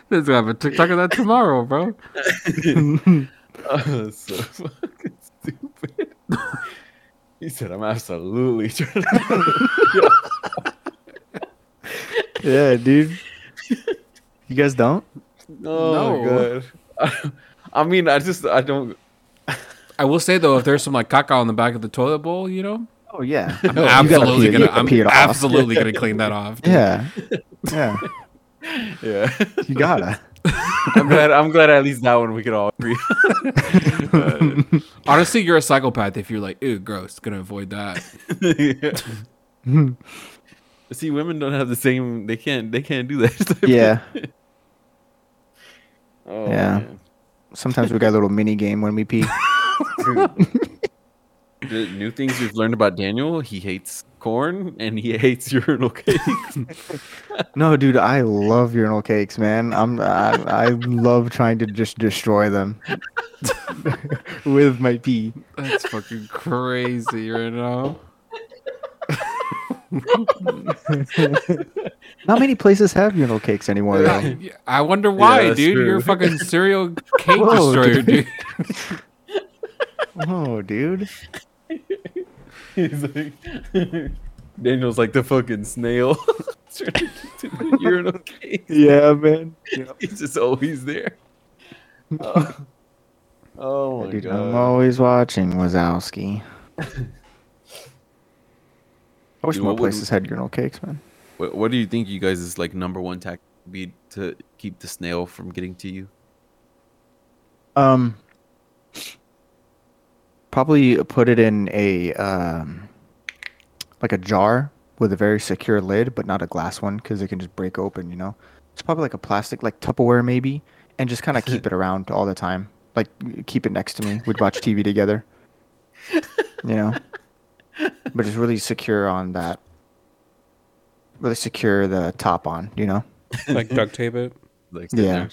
Speaker 1: There's gonna have a TikTok of that tomorrow, bro.
Speaker 3: oh, that's so fucking stupid. he said, "I'm absolutely trying to."
Speaker 2: Yeah, dude. You guys don't?
Speaker 3: Oh
Speaker 1: No.
Speaker 3: my god. I mean, I just I don't.
Speaker 1: I will say though, if there's some like caca on the back of the toilet bowl, you know,
Speaker 2: Oh yeah.
Speaker 1: I'm
Speaker 2: No, you gotta
Speaker 1: absolutely
Speaker 2: pee it- you
Speaker 1: gonna,
Speaker 2: gotta
Speaker 1: I'm
Speaker 2: pee it off.
Speaker 1: absolutely gonna clean that off. dude.
Speaker 2: Yeah. Yeah.
Speaker 3: Yeah,
Speaker 2: You gotta.
Speaker 3: I'm glad. I'm glad at least that one we could all agree.
Speaker 1: Honestly, you're a psychopath if you're like, ew, gross. Gonna avoid that.
Speaker 3: See, women don't have the same. They can't. They can't do that.
Speaker 2: Yeah.
Speaker 3: Oh,
Speaker 2: Yeah.
Speaker 3: man.
Speaker 2: Sometimes we got a little mini game when we pee.
Speaker 3: The new things we've learned about Daniel, he hates corn and he hates urinal cake.
Speaker 2: No, dude, I love urinal cakes, man. I'm I, I love trying to just destroy them with my pee.
Speaker 1: That's fucking crazy, you know.
Speaker 2: Not many places have urinal cakes anymore, though.
Speaker 1: Yeah, I wonder why,
Speaker 3: that's
Speaker 1: dude. You're
Speaker 3: true.
Speaker 1: a fucking serial cake
Speaker 2: Whoa,
Speaker 1: destroyer, dude.
Speaker 2: Oh, dude.
Speaker 3: He's like, Daniel's like the fucking snail. trying to get to the urinal cake.
Speaker 2: Yeah, man.
Speaker 3: He's just always there. Oh, Oh my
Speaker 2: Dude, I'm
Speaker 3: god.
Speaker 2: always watching Wazowski. I wish
Speaker 3: Dude,
Speaker 2: more
Speaker 3: what would-
Speaker 2: places had urinal cakes, man.
Speaker 3: What, what do you think you guys is like number one tactic would be to keep the snail from getting to you?
Speaker 2: Um, probably put it in a um, like a jar with a very secure lid, but not a glass one because it can just break open. You know, it's probably like a plastic, like Tupperware maybe, and just kind of keep it around all the time. Like keep it next to me. We'd watch TV together. You know, but it's really secure on that. Really secure the top on. You know.
Speaker 1: like duct tape it.
Speaker 3: Like sitting
Speaker 2: Yeah.
Speaker 3: there,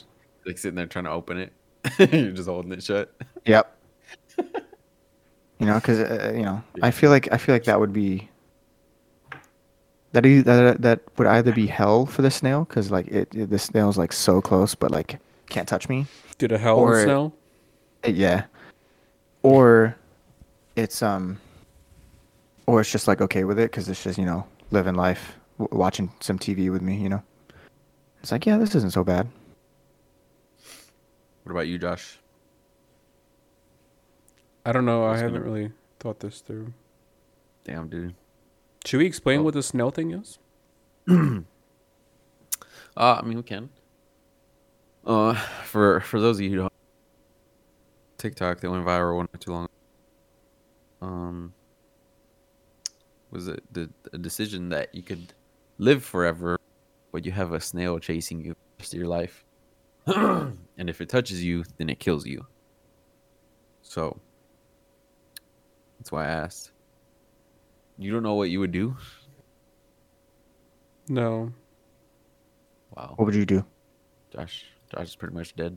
Speaker 3: like sitting there trying to open it. You're just holding it shut.
Speaker 2: Yep. you know, because uh, you know, I feel like I feel like that would be that e- that that would either be hell for the snail because like it, it- the snail's like so close but like can't touch me.
Speaker 1: Did a hell
Speaker 2: Or-
Speaker 1: or... snow?
Speaker 2: Uh, yeah. Or it's um. Or it's just like okay with it because it's just you know living life, w- watching some TV with me. You know, it's like yeah, this isn't so bad.
Speaker 3: What about you, Josh?
Speaker 1: I don't know. I
Speaker 3: It's gonna-
Speaker 1: haven't really thought this through.
Speaker 3: Damn, dude.
Speaker 1: Should we explain
Speaker 3: Oh.
Speaker 1: what the Snell thing is?
Speaker 3: Uh, I mean, we can. Uh, for for those of you who don't TikTok that went viral one not too long. Um, was it the a decision that you could live forever, but you have a snail chasing you the rest of your life, and if it touches you, then it kills you. So that's why I asked. You don't know what you would do?
Speaker 1: No.
Speaker 3: Wow,
Speaker 2: What would you do?
Speaker 3: Josh, Josh is pretty much dead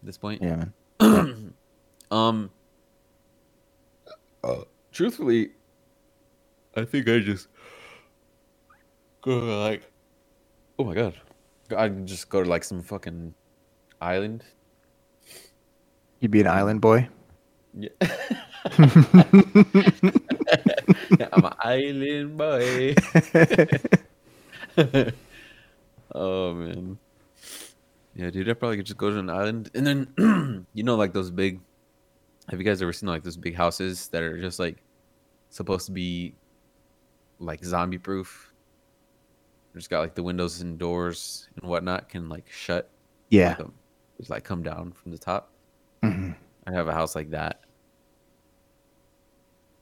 Speaker 3: at this point.
Speaker 2: Yeah, man.
Speaker 3: Um. Uh, truthfully, I think I just go to like, oh my god, I can just go to like some fucking island.
Speaker 2: You'd be an island boy.
Speaker 3: Yeah. I'm an island boy. oh man. Yeah, dude, I probably could just go to an island and then you know like those big have you guys ever seen like those big houses that are just like supposed to be like zombie proof? Just got like the windows and doors and whatnot can like shut.
Speaker 2: Yeah. Mm-hmm.
Speaker 3: Like, um, just like come down from the top. I have a house like that.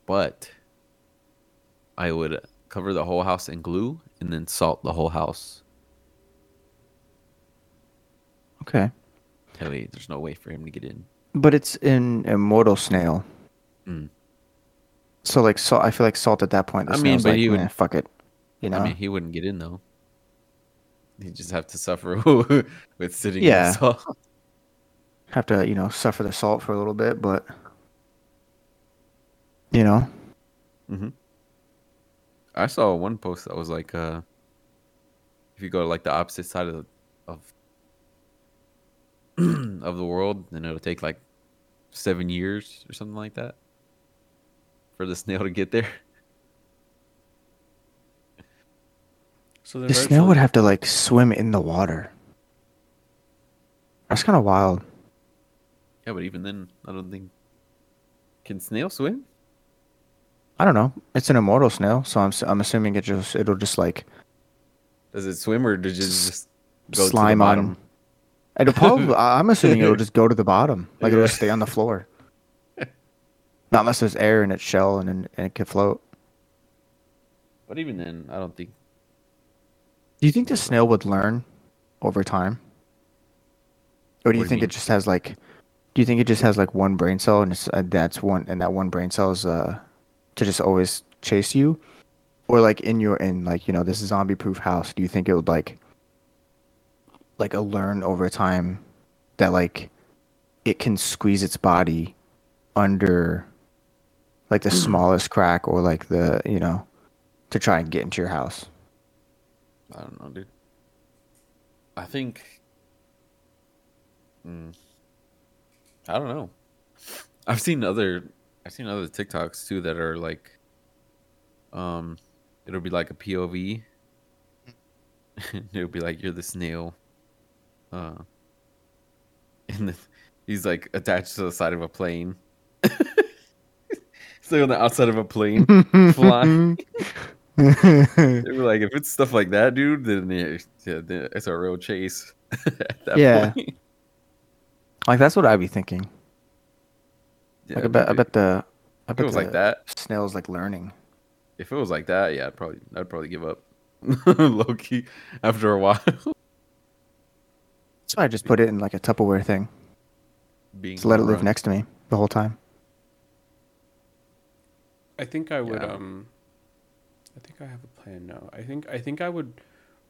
Speaker 3: But I would cover the whole house in glue and then salt the whole house.
Speaker 2: Okay.
Speaker 3: That way, there's no way for him to get in.
Speaker 2: But it's an immortal snail.
Speaker 3: Mm.
Speaker 2: So like salt, I feel like salt at that point. The
Speaker 3: I mean,
Speaker 2: snail's
Speaker 3: but
Speaker 2: like,
Speaker 3: he would-
Speaker 2: "Meh, fuck it. You know.
Speaker 3: I mean, he wouldn't get in though. He'd just have to suffer with sitting in
Speaker 2: Yeah.
Speaker 3: salt.
Speaker 2: have to you know suffer the salt for a little bit, but you know,
Speaker 3: hmm I saw one post that was like, uh, if you go to like the opposite side of the, of of the world, then it'll take like seven years or something like that for the snail to get there.
Speaker 1: So
Speaker 2: the snail
Speaker 1: eventually-
Speaker 2: would have to like swim in the water. That's kind of wild.
Speaker 3: Yeah, but even then, I don't think can snail swim.
Speaker 2: I don't know. It's an immortal snail, so I'm s- I'm assuming it just it'll just like
Speaker 3: Does it swim or does it just go
Speaker 2: slime
Speaker 3: to the bottom?
Speaker 2: on. It'll probably. I- I'm assuming it'll just go to the bottom, like it'll
Speaker 3: Yeah.
Speaker 2: just stay on the floor. Not unless there's air in its shell and then- and it can float.
Speaker 3: But even then, I don't think.
Speaker 2: Do you think the snail would learn over time? Or do you
Speaker 3: What do you
Speaker 2: think
Speaker 3: mean?
Speaker 2: it just has like do you think it just has like one brain cell and it's, uh, that's one and that one brain cell is uh to just always chase you? Or like in your in like, you know, this zombie proof house, do you think it would like like a learn over time that like it can squeeze its body under like the smallest crack or like the, you know, to try and get into your house?
Speaker 3: I don't know, dude. I think. Mm. I don't know. I've seen other, I've seen other TikToks too that are like, um, it'll be like a POV. it'll be like you're the snail, uh, and then he's like attached to the side of a plane. So on the outside of a plane, flying. They were like, if it's stuff like that, dude, then, it- yeah, then it's a real chase. at that
Speaker 2: Yeah.
Speaker 3: point.
Speaker 2: Like that's what I'd be thinking.
Speaker 3: Yeah,
Speaker 2: like I bet, I
Speaker 3: but
Speaker 2: bet the, I
Speaker 3: if it
Speaker 2: bet
Speaker 3: was
Speaker 2: the
Speaker 3: like that,
Speaker 2: snail's like learning.
Speaker 3: if it was like that, yeah, I'd probably, I'd probably give up, low key, after a while.
Speaker 2: So I just put it in like a Tupperware thing
Speaker 3: Being
Speaker 2: to let it live
Speaker 3: overrun.
Speaker 2: next to me the whole time.
Speaker 1: I think I would.
Speaker 3: Yeah.
Speaker 1: Um, I think I have a plan now. I think I think I would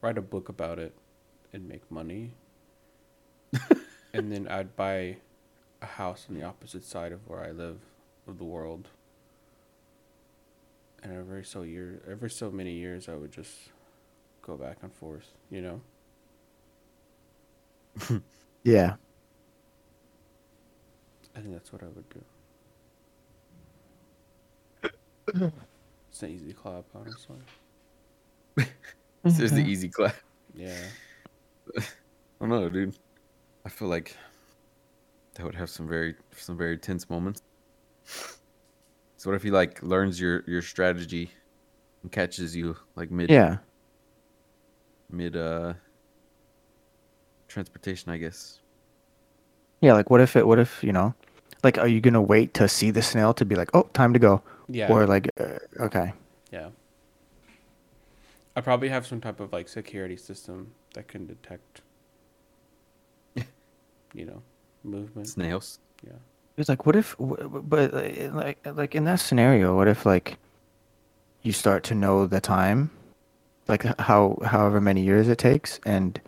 Speaker 1: write a book about it and make money, and then I'd buy a house on the opposite side of where I live of the world. And every so year, every so many years, I would just go back and forth. You know,
Speaker 2: Yeah,
Speaker 1: I think that's what I would do. It's an easy club, honestly.
Speaker 3: It's just the easy clap.
Speaker 1: Yeah.
Speaker 3: I don't know, dude. I feel like that would have some very some very tense moments. So what if he like learns your your strategy, and catches you like mid
Speaker 2: Yeah.
Speaker 3: mid uh transportation, I guess.
Speaker 2: Yeah, like what if it what if, you know, like are you going to wait to see the snail to be like, "Oh, time to go."
Speaker 1: Yeah.
Speaker 2: Or like uh, okay.
Speaker 1: Yeah. I probably have some type of like security system that can detect, you know, movement.
Speaker 3: Snails.
Speaker 1: Yeah.
Speaker 2: It's like, what if, w- w- but uh, like, like in that scenario, what if like you start to know the time, like h- how however many years it takes, and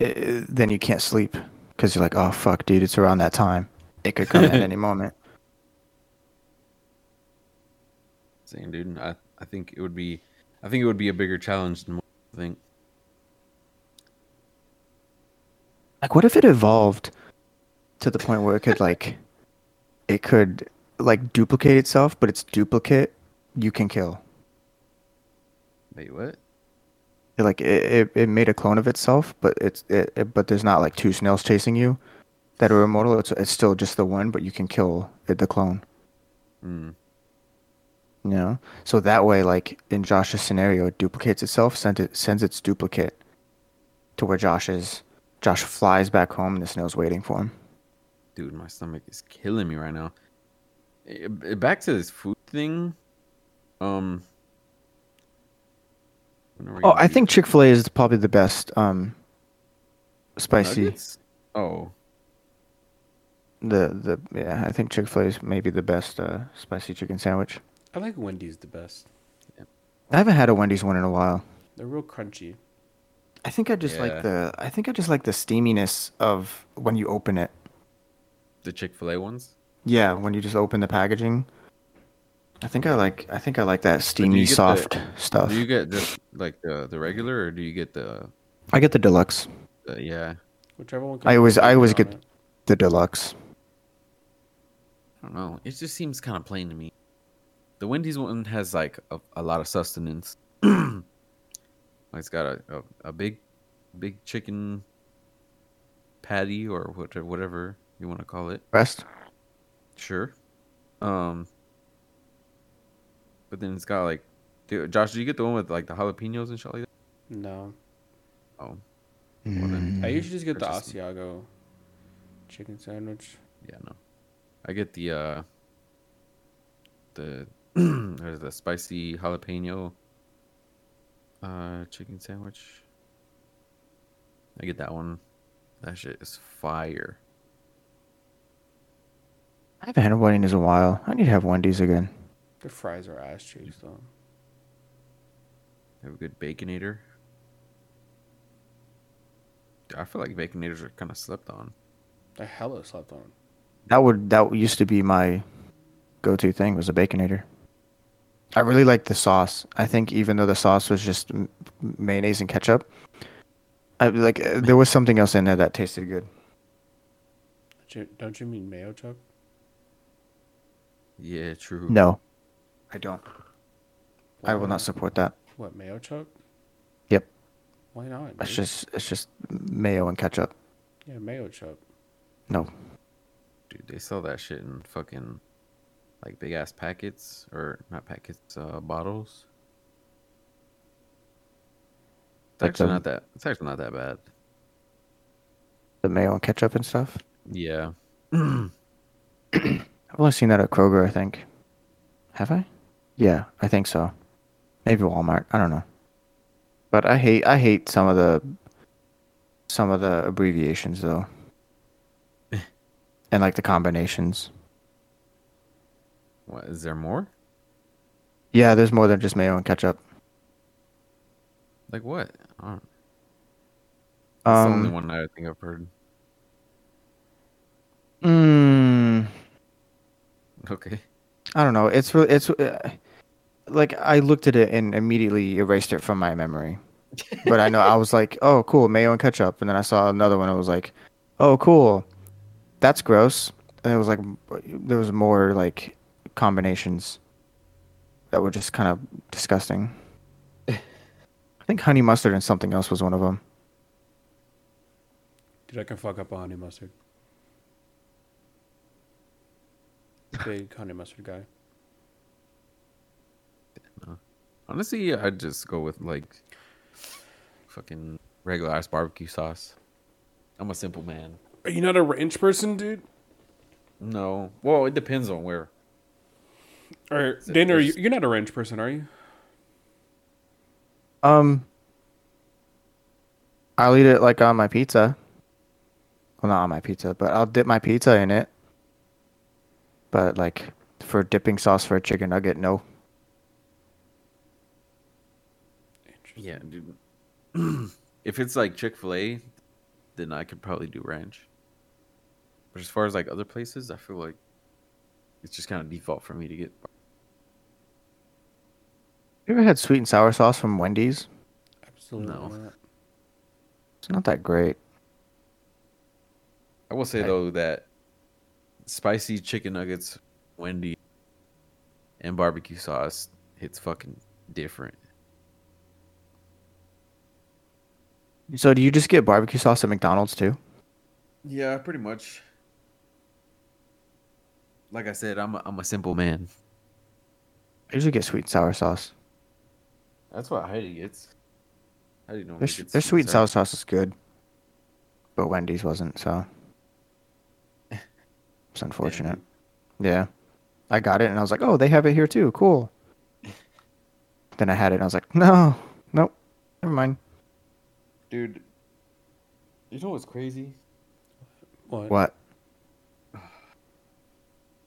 Speaker 2: uh, then you can't sleep because you're like, oh fuck, dude, it's around that time. It could come at any moment.
Speaker 3: Same dude. I, I think it would be I think it would be a bigger challenge than what I think.
Speaker 2: Like, what if it evolved to the point where it could like, it could like duplicate itself, but its duplicate you can kill.
Speaker 3: Wait, what?
Speaker 2: It, like it, it, it made a clone of itself, but it's it, it but there's not like two snails chasing you that are immortal. It's it's still just the one, but you can kill it, the clone.
Speaker 3: Hmm.
Speaker 2: You know, so that way, like in Josh's scenario, it duplicates itself, sends it sends its duplicate to where Josh is. Josh flies back home, and the snail's waiting for him.
Speaker 3: Dude, my stomach is killing me right now. Eh, eh, Back to this food thing. Um. when are we
Speaker 2: Oh,
Speaker 3: gonna
Speaker 2: I
Speaker 3: do
Speaker 2: think Chick Fil A is probably the best um spicy.
Speaker 3: nuggets? Oh,
Speaker 2: The the yeah, I think Chick Fil A is maybe the best uh, spicy chicken sandwich.
Speaker 1: I like Wendy's the best.
Speaker 2: I haven't had a Wendy's one in a while.
Speaker 1: They're real crunchy.
Speaker 2: I think I just
Speaker 3: Yeah.
Speaker 2: like the I think I just like the steaminess of when you open it.
Speaker 3: the Chick Fil A ones.
Speaker 2: Yeah, when you just open the packaging. I think I like I think I like that
Speaker 3: do you
Speaker 2: steamy
Speaker 3: get the-
Speaker 2: soft stuff.
Speaker 3: Do you get just like the the regular, or do you get the,
Speaker 2: I get the deluxe.
Speaker 3: the yeah?
Speaker 1: Whichever one.
Speaker 2: I
Speaker 1: comes
Speaker 2: always
Speaker 1: with
Speaker 2: I always
Speaker 1: bacon
Speaker 2: get
Speaker 1: on it.
Speaker 2: the deluxe.
Speaker 3: I don't know. It just seems kind of plain to me. The Wendy's one has like a, a lot of sustenance. like it's got a, a, a big, big chicken patty or whatever, whatever you want to call it.
Speaker 2: Breast?
Speaker 3: Sure. Um. But then it's got like, dude, Josh, did you get the one with like the jalapenos and shit like that?
Speaker 1: No.
Speaker 3: Oh, well then,
Speaker 2: Mm-hmm.
Speaker 1: I usually just get the
Speaker 3: Purchase
Speaker 1: Asiago chicken sandwich.
Speaker 3: yeah, no. I get the uh. The there's the spicy jalapeno. Uh, chicken sandwich. I get that one. That shit is fire.
Speaker 2: I haven't had a Wendy's in a while. I need to have Wendy's again.
Speaker 1: Their fries are ass cheeks though.
Speaker 3: They have a good baconator. Dude, I feel like baconators are kind of slept on.
Speaker 1: They're hella slept on.
Speaker 2: That would that used to be my go-to thing was a baconator. I really liked the sauce. I think even though the sauce was just m- mayonnaise and ketchup, I like uh, there was something else in there that tasted good.
Speaker 1: Don't you, don't you mean mayo chuck?
Speaker 3: Yeah, true.
Speaker 2: No, I don't. I will not support that.
Speaker 1: What mayo chuck?
Speaker 2: Yep,
Speaker 1: Why not?
Speaker 2: it's
Speaker 1: dude?
Speaker 2: just it's just mayo and ketchup.
Speaker 1: yeah, mayo chuck.
Speaker 2: No,
Speaker 3: Dude, they sell that shit in fucking like big ass packets or not packets, uh, bottles. It's
Speaker 2: Like
Speaker 3: actually
Speaker 2: the-
Speaker 3: not that. It's actually not that bad.
Speaker 2: the mayo and ketchup and stuff.
Speaker 3: Yeah,
Speaker 2: I've only seen that at Kroger. I think. Have I? Yeah, I think so. Maybe Walmart. I don't know. But I hate I hate some of the some of the abbreviations though.
Speaker 3: Eh.
Speaker 2: and like the combinations.
Speaker 3: What is there more?
Speaker 2: Yeah, there's more than just mayo and ketchup.
Speaker 3: Like what? I don't, that's the only
Speaker 2: Um,
Speaker 3: one I think I've heard.
Speaker 2: mm,
Speaker 3: Okay.
Speaker 2: I don't know. It's really it's uh, like I looked at it and immediately erased it from my memory. But I know I was like, "Oh, cool, mayo and ketchup." And then I saw another one. I was like, "Oh, cool, that's gross." And it was like there was more like combinations that were just kind of disgusting. I think honey mustard and something else was one of them.
Speaker 1: Dude, I can fuck up a honey mustard. Big honey mustard guy.
Speaker 3: I Honestly, I'd just go with like fucking regular ass barbecue sauce. I'm a simple man.
Speaker 1: Are you not a ranch person, dude?
Speaker 3: No. Well, it depends on where.
Speaker 1: Or Dana, are you, you're not a ranch person, are you?
Speaker 2: Um, I'll eat it like on my pizza. Well, not on my pizza, but I'll dip my pizza in it. But like for dipping sauce for a chicken nugget, no.
Speaker 3: Yeah, dude. if it's like Chick Fil A, then I could probably do ranch. But as far as like other places, I feel like it's just kind of default for me to get.
Speaker 2: You ever had sweet and sour sauce from Wendy's?
Speaker 1: Absolutely
Speaker 3: No.
Speaker 1: not.
Speaker 2: It's not that great.
Speaker 3: I will say
Speaker 2: Okay.
Speaker 3: though that spicy chicken nuggets, Wendy, and barbecue sauce hits fucking different.
Speaker 2: So do you just get barbecue sauce at McDonald's too?
Speaker 3: Yeah, pretty much. Like I said, I'm a, I'm a simple man.
Speaker 2: I usually get sweet and sour sauce.
Speaker 3: That's what Heidi gets. Heidi normally
Speaker 2: Their, s- their sweet and sour sauce is good, but Wendy's wasn't, so it's unfortunate. Yeah, I got it and I was like, oh, they have it here too. Cool. Then I had it and I was like, no, nope, never mind.
Speaker 3: dude. You know what's crazy?
Speaker 1: What?
Speaker 2: What?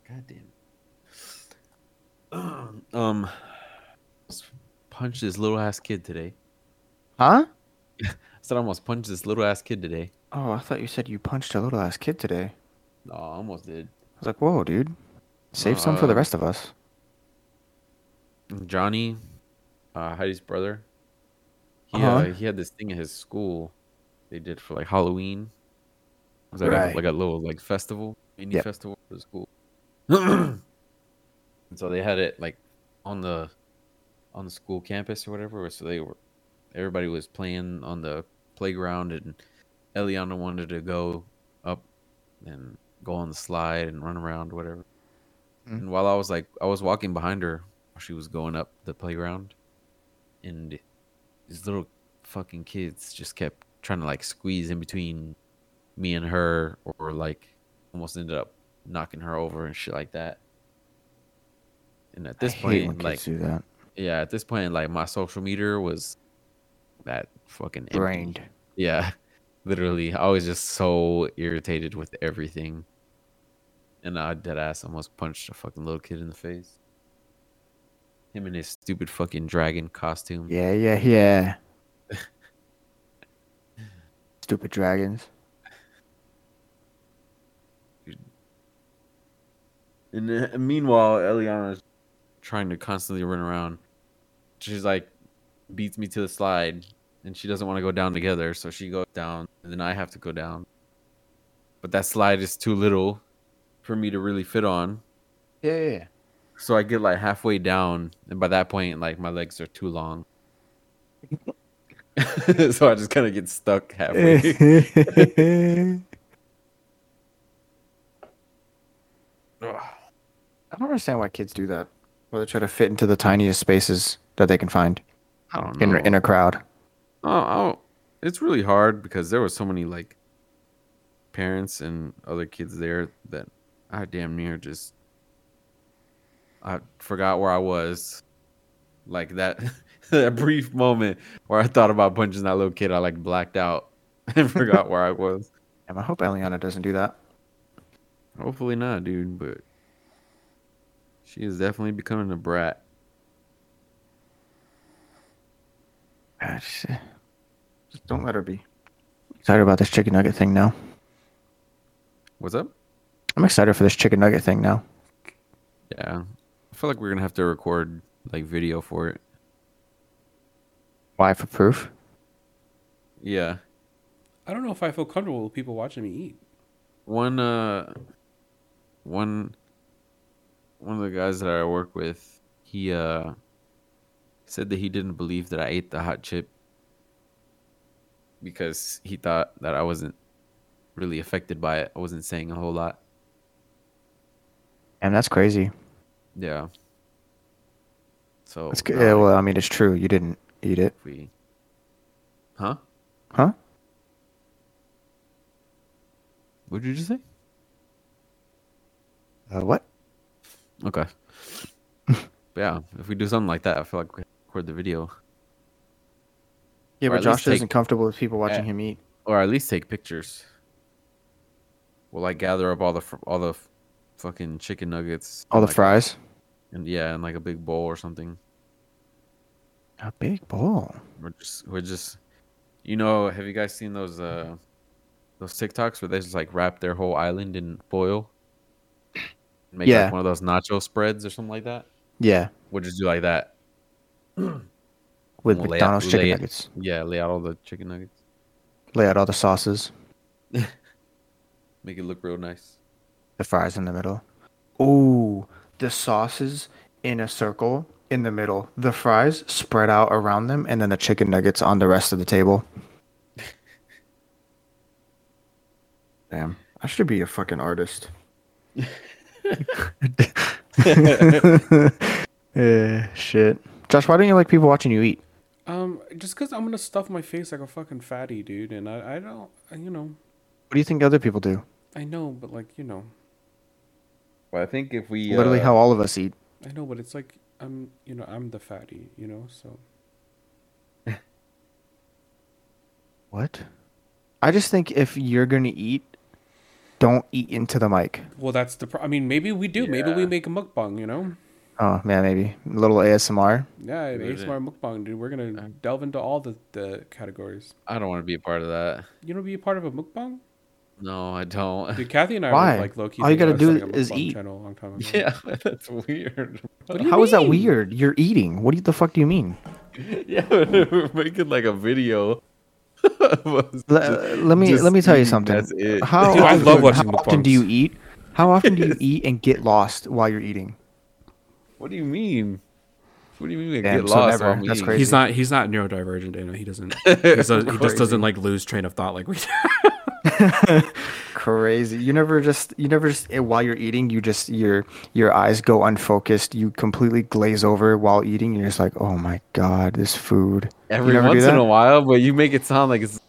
Speaker 3: God damn. Um, almost punched this little ass kid today.
Speaker 2: Huh?
Speaker 3: I said I almost punched this little ass kid today.
Speaker 2: Oh, I thought you said you punched a little ass kid today.
Speaker 3: No, I almost did.
Speaker 2: I was like, whoa, dude, save some for the
Speaker 3: Uh,
Speaker 2: rest of us.
Speaker 3: Johnny, uh, Heidi's brother. He uh,
Speaker 2: Uh-huh.
Speaker 3: he had this thing at his school. They did for like Halloween. It was like,
Speaker 2: Right.
Speaker 3: a, like a little like festival, mini
Speaker 2: Yep.
Speaker 3: festival for the school. and so they had it like on the on the school campus or whatever. So they were everybody was playing on the playground, and Eliana wanted to go up and go on the slide and run around, whatever.
Speaker 2: Mm.
Speaker 3: And while I was like, I was walking behind her while she was going up the playground, and these little fucking kids just kept trying to like squeeze in between me and her, or like almost ended up knocking her over and shit like that. And at this
Speaker 2: I hate when
Speaker 3: point,
Speaker 2: kids
Speaker 3: like,
Speaker 2: do that.
Speaker 3: yeah, at this point, like my social meter was that fucking empty.
Speaker 2: Drained.
Speaker 3: Yeah, literally, I was just so irritated with everything, and I dead ass almost punched a fucking little kid in the face. Him in his stupid fucking dragon costume.
Speaker 2: Yeah, yeah, yeah. Stupid dragons.
Speaker 3: And uh, meanwhile, Eliana's trying to constantly run around. She's like, beats me to the slide, and she doesn't want to go down together, so she goes down, and then I have to go down. But that slide is too little for me to really fit on.
Speaker 2: Yeah, yeah, yeah.
Speaker 3: So I get like halfway down, and by that point, like my legs are too long. so I just kind of get stuck
Speaker 2: Eh.
Speaker 3: halfway.
Speaker 2: I
Speaker 3: Ugh.
Speaker 2: don't understand why kids do that. Where they try to fit into the tiniest spaces that they can find
Speaker 3: I don't
Speaker 2: in
Speaker 3: know.
Speaker 2: in a crowd.
Speaker 3: Oh, oh, it's really hard because there were so many like parents and other kids there that I damn near just I forgot where I was. Like that that brief moment where I thought about punching that little kid, I like blacked out and forgot where I was.
Speaker 2: And I hope Eliana doesn't do that.
Speaker 3: Hopefully not, dude, but she is definitely becoming a brat.
Speaker 2: Ah, Just just don't let her be. Excited about this chicken nugget thing now.
Speaker 3: What's up?
Speaker 2: I'm excited for this chicken nugget thing now.
Speaker 3: Yeah. I feel like we're gonna have to record like video for it.
Speaker 2: Why for proof?
Speaker 3: Yeah.
Speaker 1: I don't know if I feel comfortable with people watching me eat.
Speaker 3: one uh one one of the guys that I work with, he uh said that he didn't believe that I ate the hot chip because he thought that I wasn't really affected by it. I wasn't saying a whole lot.
Speaker 2: Oh, And that's crazy.
Speaker 3: Yeah. So
Speaker 2: That's good.
Speaker 3: not
Speaker 2: Yeah,
Speaker 3: like
Speaker 2: well, I mean, it's true. You didn't eat it,
Speaker 3: if we, huh?
Speaker 2: huh?
Speaker 3: What did you just say?
Speaker 2: Uh, what?
Speaker 3: Okay. yeah, if we do something like that, I feel like we record the video
Speaker 2: Yeah,
Speaker 3: Or
Speaker 2: but
Speaker 3: at least
Speaker 2: Josh isn't
Speaker 3: take-
Speaker 2: comfortable with people watching
Speaker 3: Yeah.
Speaker 2: him eat.
Speaker 3: or at least take pictures. We'll like gather up all the fr- all the f- fucking chicken nuggets,
Speaker 2: All the
Speaker 3: like,
Speaker 2: fries.
Speaker 3: and yeah, in like a big bowl or something.
Speaker 2: A big bowl.
Speaker 3: We're just we're just, you know, have you guys seen those uh those TikToks where they just like wrap their whole island in foil? Make
Speaker 2: Yeah.
Speaker 3: like one of those nacho spreads or something like that.
Speaker 2: Yeah,
Speaker 3: We'll just do like that.
Speaker 2: with
Speaker 3: We'll lay out-
Speaker 2: McDonald's chicken
Speaker 3: lay-
Speaker 2: nuggets.
Speaker 3: Yeah, lay out all the chicken nuggets.
Speaker 2: Lay out all the sauces.
Speaker 3: Make it look real nice.
Speaker 2: The fries in the middle. Ooh, the sauces in a circle in the middle. The fries spread out around them, and then the chicken nuggets on the rest of the table. Damn, I should be a fucking artist. yeah, Eh, shit. Josh, why don't you like people watching you eat?
Speaker 1: Um, just because I'm gonna stuff my face like a fucking fatty, dude, and I, I don't, I, you know,
Speaker 2: What do you think other people do?
Speaker 1: I know, but like, you know,
Speaker 3: But I think if we uh,
Speaker 2: Literally, how all of us eat.
Speaker 1: I know, but it's like I'm, you know, I'm the fatty, you know, so
Speaker 2: What? I just think if you're gonna eat, don't eat into the mic.
Speaker 1: well, that's the. Pro- I mean, maybe we do. Maybe we
Speaker 3: Yeah.
Speaker 1: make a mukbang, you know?
Speaker 2: Oh man, maybe a little ASMR.
Speaker 1: Yeah, an
Speaker 3: Dude, it-
Speaker 1: ASMR mukbang, dude. We're gonna
Speaker 3: Uh,
Speaker 1: delve into all the the categories.
Speaker 3: I don't want to be a part of that.
Speaker 1: You know, be a part of a mukbang.
Speaker 3: No, I don't.
Speaker 1: Dude, Kathy and I
Speaker 2: Why?
Speaker 1: were like low key.
Speaker 2: All you
Speaker 1: thinking
Speaker 2: gotta
Speaker 1: about starting
Speaker 2: do
Speaker 1: a
Speaker 2: is
Speaker 1: mukbang
Speaker 2: eat.
Speaker 1: Channel a long time ago.
Speaker 3: Yeah, that's weird.
Speaker 1: What do you
Speaker 2: How is that
Speaker 1: mean?
Speaker 2: weird? You're eating. What do you, the fuck do you mean?
Speaker 3: yeah, we're making like a video.
Speaker 2: Let, uh, let me
Speaker 3: Just
Speaker 2: let me tell you
Speaker 3: eating,
Speaker 2: something.
Speaker 3: that's it.
Speaker 2: How
Speaker 1: Dude, I
Speaker 2: often,
Speaker 1: love watching
Speaker 2: how often do
Speaker 1: mukbangs.
Speaker 2: you eat? How often do you eat and get lost while you're eating?
Speaker 3: what do you mean? What do you mean?
Speaker 2: Damn,
Speaker 3: get
Speaker 2: so
Speaker 3: lost.
Speaker 2: never.
Speaker 3: while I'm
Speaker 2: That's
Speaker 3: eating?
Speaker 2: crazy.
Speaker 4: He's not. He's not neurodivergent. Dana. He doesn't. He, does, he just doesn't like lose train of thought like we do.
Speaker 2: Crazy. You never just you never just eh, while you're eating, you just your your eyes go unfocused. You completely glaze over while eating. You're just like, oh my god, this food. You
Speaker 3: Every
Speaker 2: never do
Speaker 3: once in
Speaker 2: that?
Speaker 3: a while, but you make it sound like it's.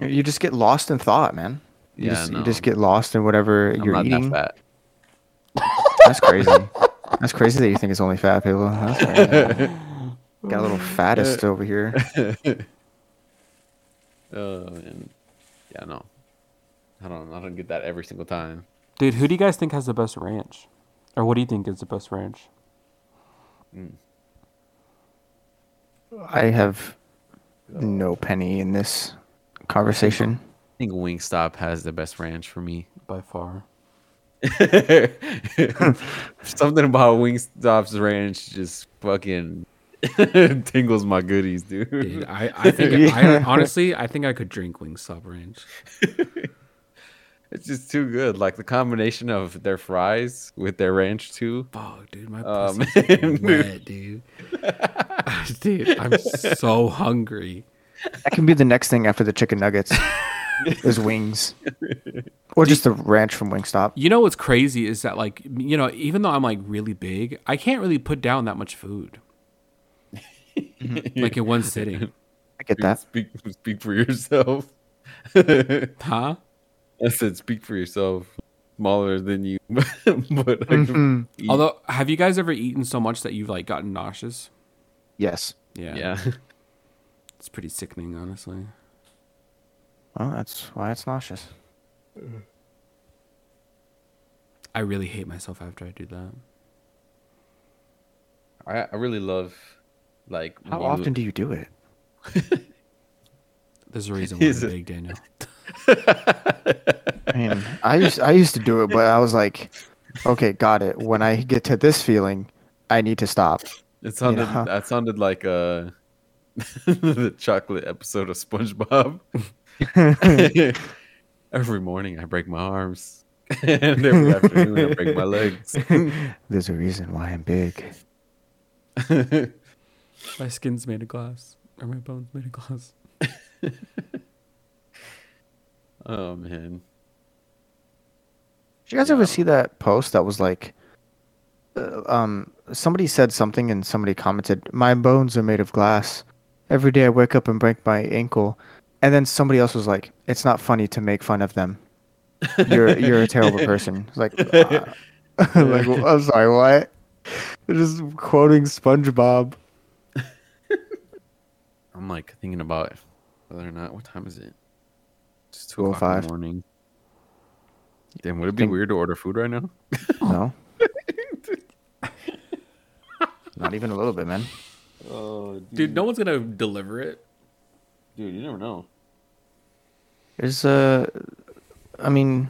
Speaker 2: You just get lost in thought, man. You
Speaker 3: Yeah,
Speaker 2: just,
Speaker 3: no.
Speaker 2: you just get lost in whatever
Speaker 3: I'm
Speaker 2: you're
Speaker 3: not
Speaker 2: eating.
Speaker 3: that fat.
Speaker 2: That's crazy. That's crazy that you think it's only fat people. That's crazy. Got a little fattest over here.
Speaker 3: Oh man. Yeah, no. I don't. I don't get that every single time.
Speaker 4: Dude, who do you guys think has the best ranch, or what do you think is the best ranch?
Speaker 2: I have no penny in this conversation.
Speaker 3: I think Wingstop has the best ranch for me.
Speaker 4: By far.
Speaker 3: Something about Wingstop's ranch just fucking tingles my goodies, dude.
Speaker 4: Dude, I, I think I, honestly, I think I could drink Wingstop ranch.
Speaker 3: It's just too good. Like the combination of their fries with their ranch too.
Speaker 4: Oh, dude, my
Speaker 3: Oh,
Speaker 4: pussy's getting wet, dude. dude, I'm so hungry.
Speaker 2: That can be the next thing after the chicken nuggets is wings, or just the ranch from Wingstop.
Speaker 4: You know what's crazy is that, like, you know, even though I'm like really big, I can't really put down that much food, like in one sitting,
Speaker 2: I get that.
Speaker 3: Speak speak for yourself.
Speaker 4: huh?
Speaker 3: I said speak for yourself. Smaller than you, but I can
Speaker 2: Mm-hmm.
Speaker 3: eat.
Speaker 4: Although, have you guys ever eaten so much that you've like gotten nauseous?
Speaker 2: Yes.
Speaker 4: Yeah,
Speaker 3: yeah.
Speaker 4: it's pretty sickening, honestly.
Speaker 2: Well, that's why it's nauseous.
Speaker 4: I really hate myself after I do that.
Speaker 3: I, I really love like
Speaker 2: How often do you do it?
Speaker 4: There's a reason why
Speaker 3: Is
Speaker 4: I'm
Speaker 3: it-
Speaker 4: big, Daniel.
Speaker 2: I mean, I used I used to do it, but I was like, okay, got it. When I get to this feeling, I need to stop.
Speaker 3: It sounded
Speaker 2: Yeah.
Speaker 3: that sounded like uh the chocolate episode of SpongeBob. every morning I break my arms, and every afternoon I break my legs.
Speaker 2: There's a reason why I'm big.
Speaker 4: My skin's made of glass, or my bones made of glass.
Speaker 3: Oh man,
Speaker 2: Did you guys ever see that post that was like um somebody said something and somebody commented, "My bones are made of glass. Every day I wake up and break my ankle." And then somebody else was like, "It's not funny to make fun of them. You're you're a terrible person." It's like, uh, like well, I'm sorry, what? They're just quoting SpongeBob.
Speaker 3: I'm like thinking about whether or not what time is it? It's two
Speaker 2: Two oh
Speaker 3: o'clock
Speaker 2: five.
Speaker 3: in the morning. Damn, would it be
Speaker 2: Think-
Speaker 3: weird to order food right now?
Speaker 2: No. Not even a little bit, man.
Speaker 3: Oh, dude,
Speaker 1: Dude, no one's gonna deliver it.
Speaker 3: dude, you never know.
Speaker 2: There's uh I mean,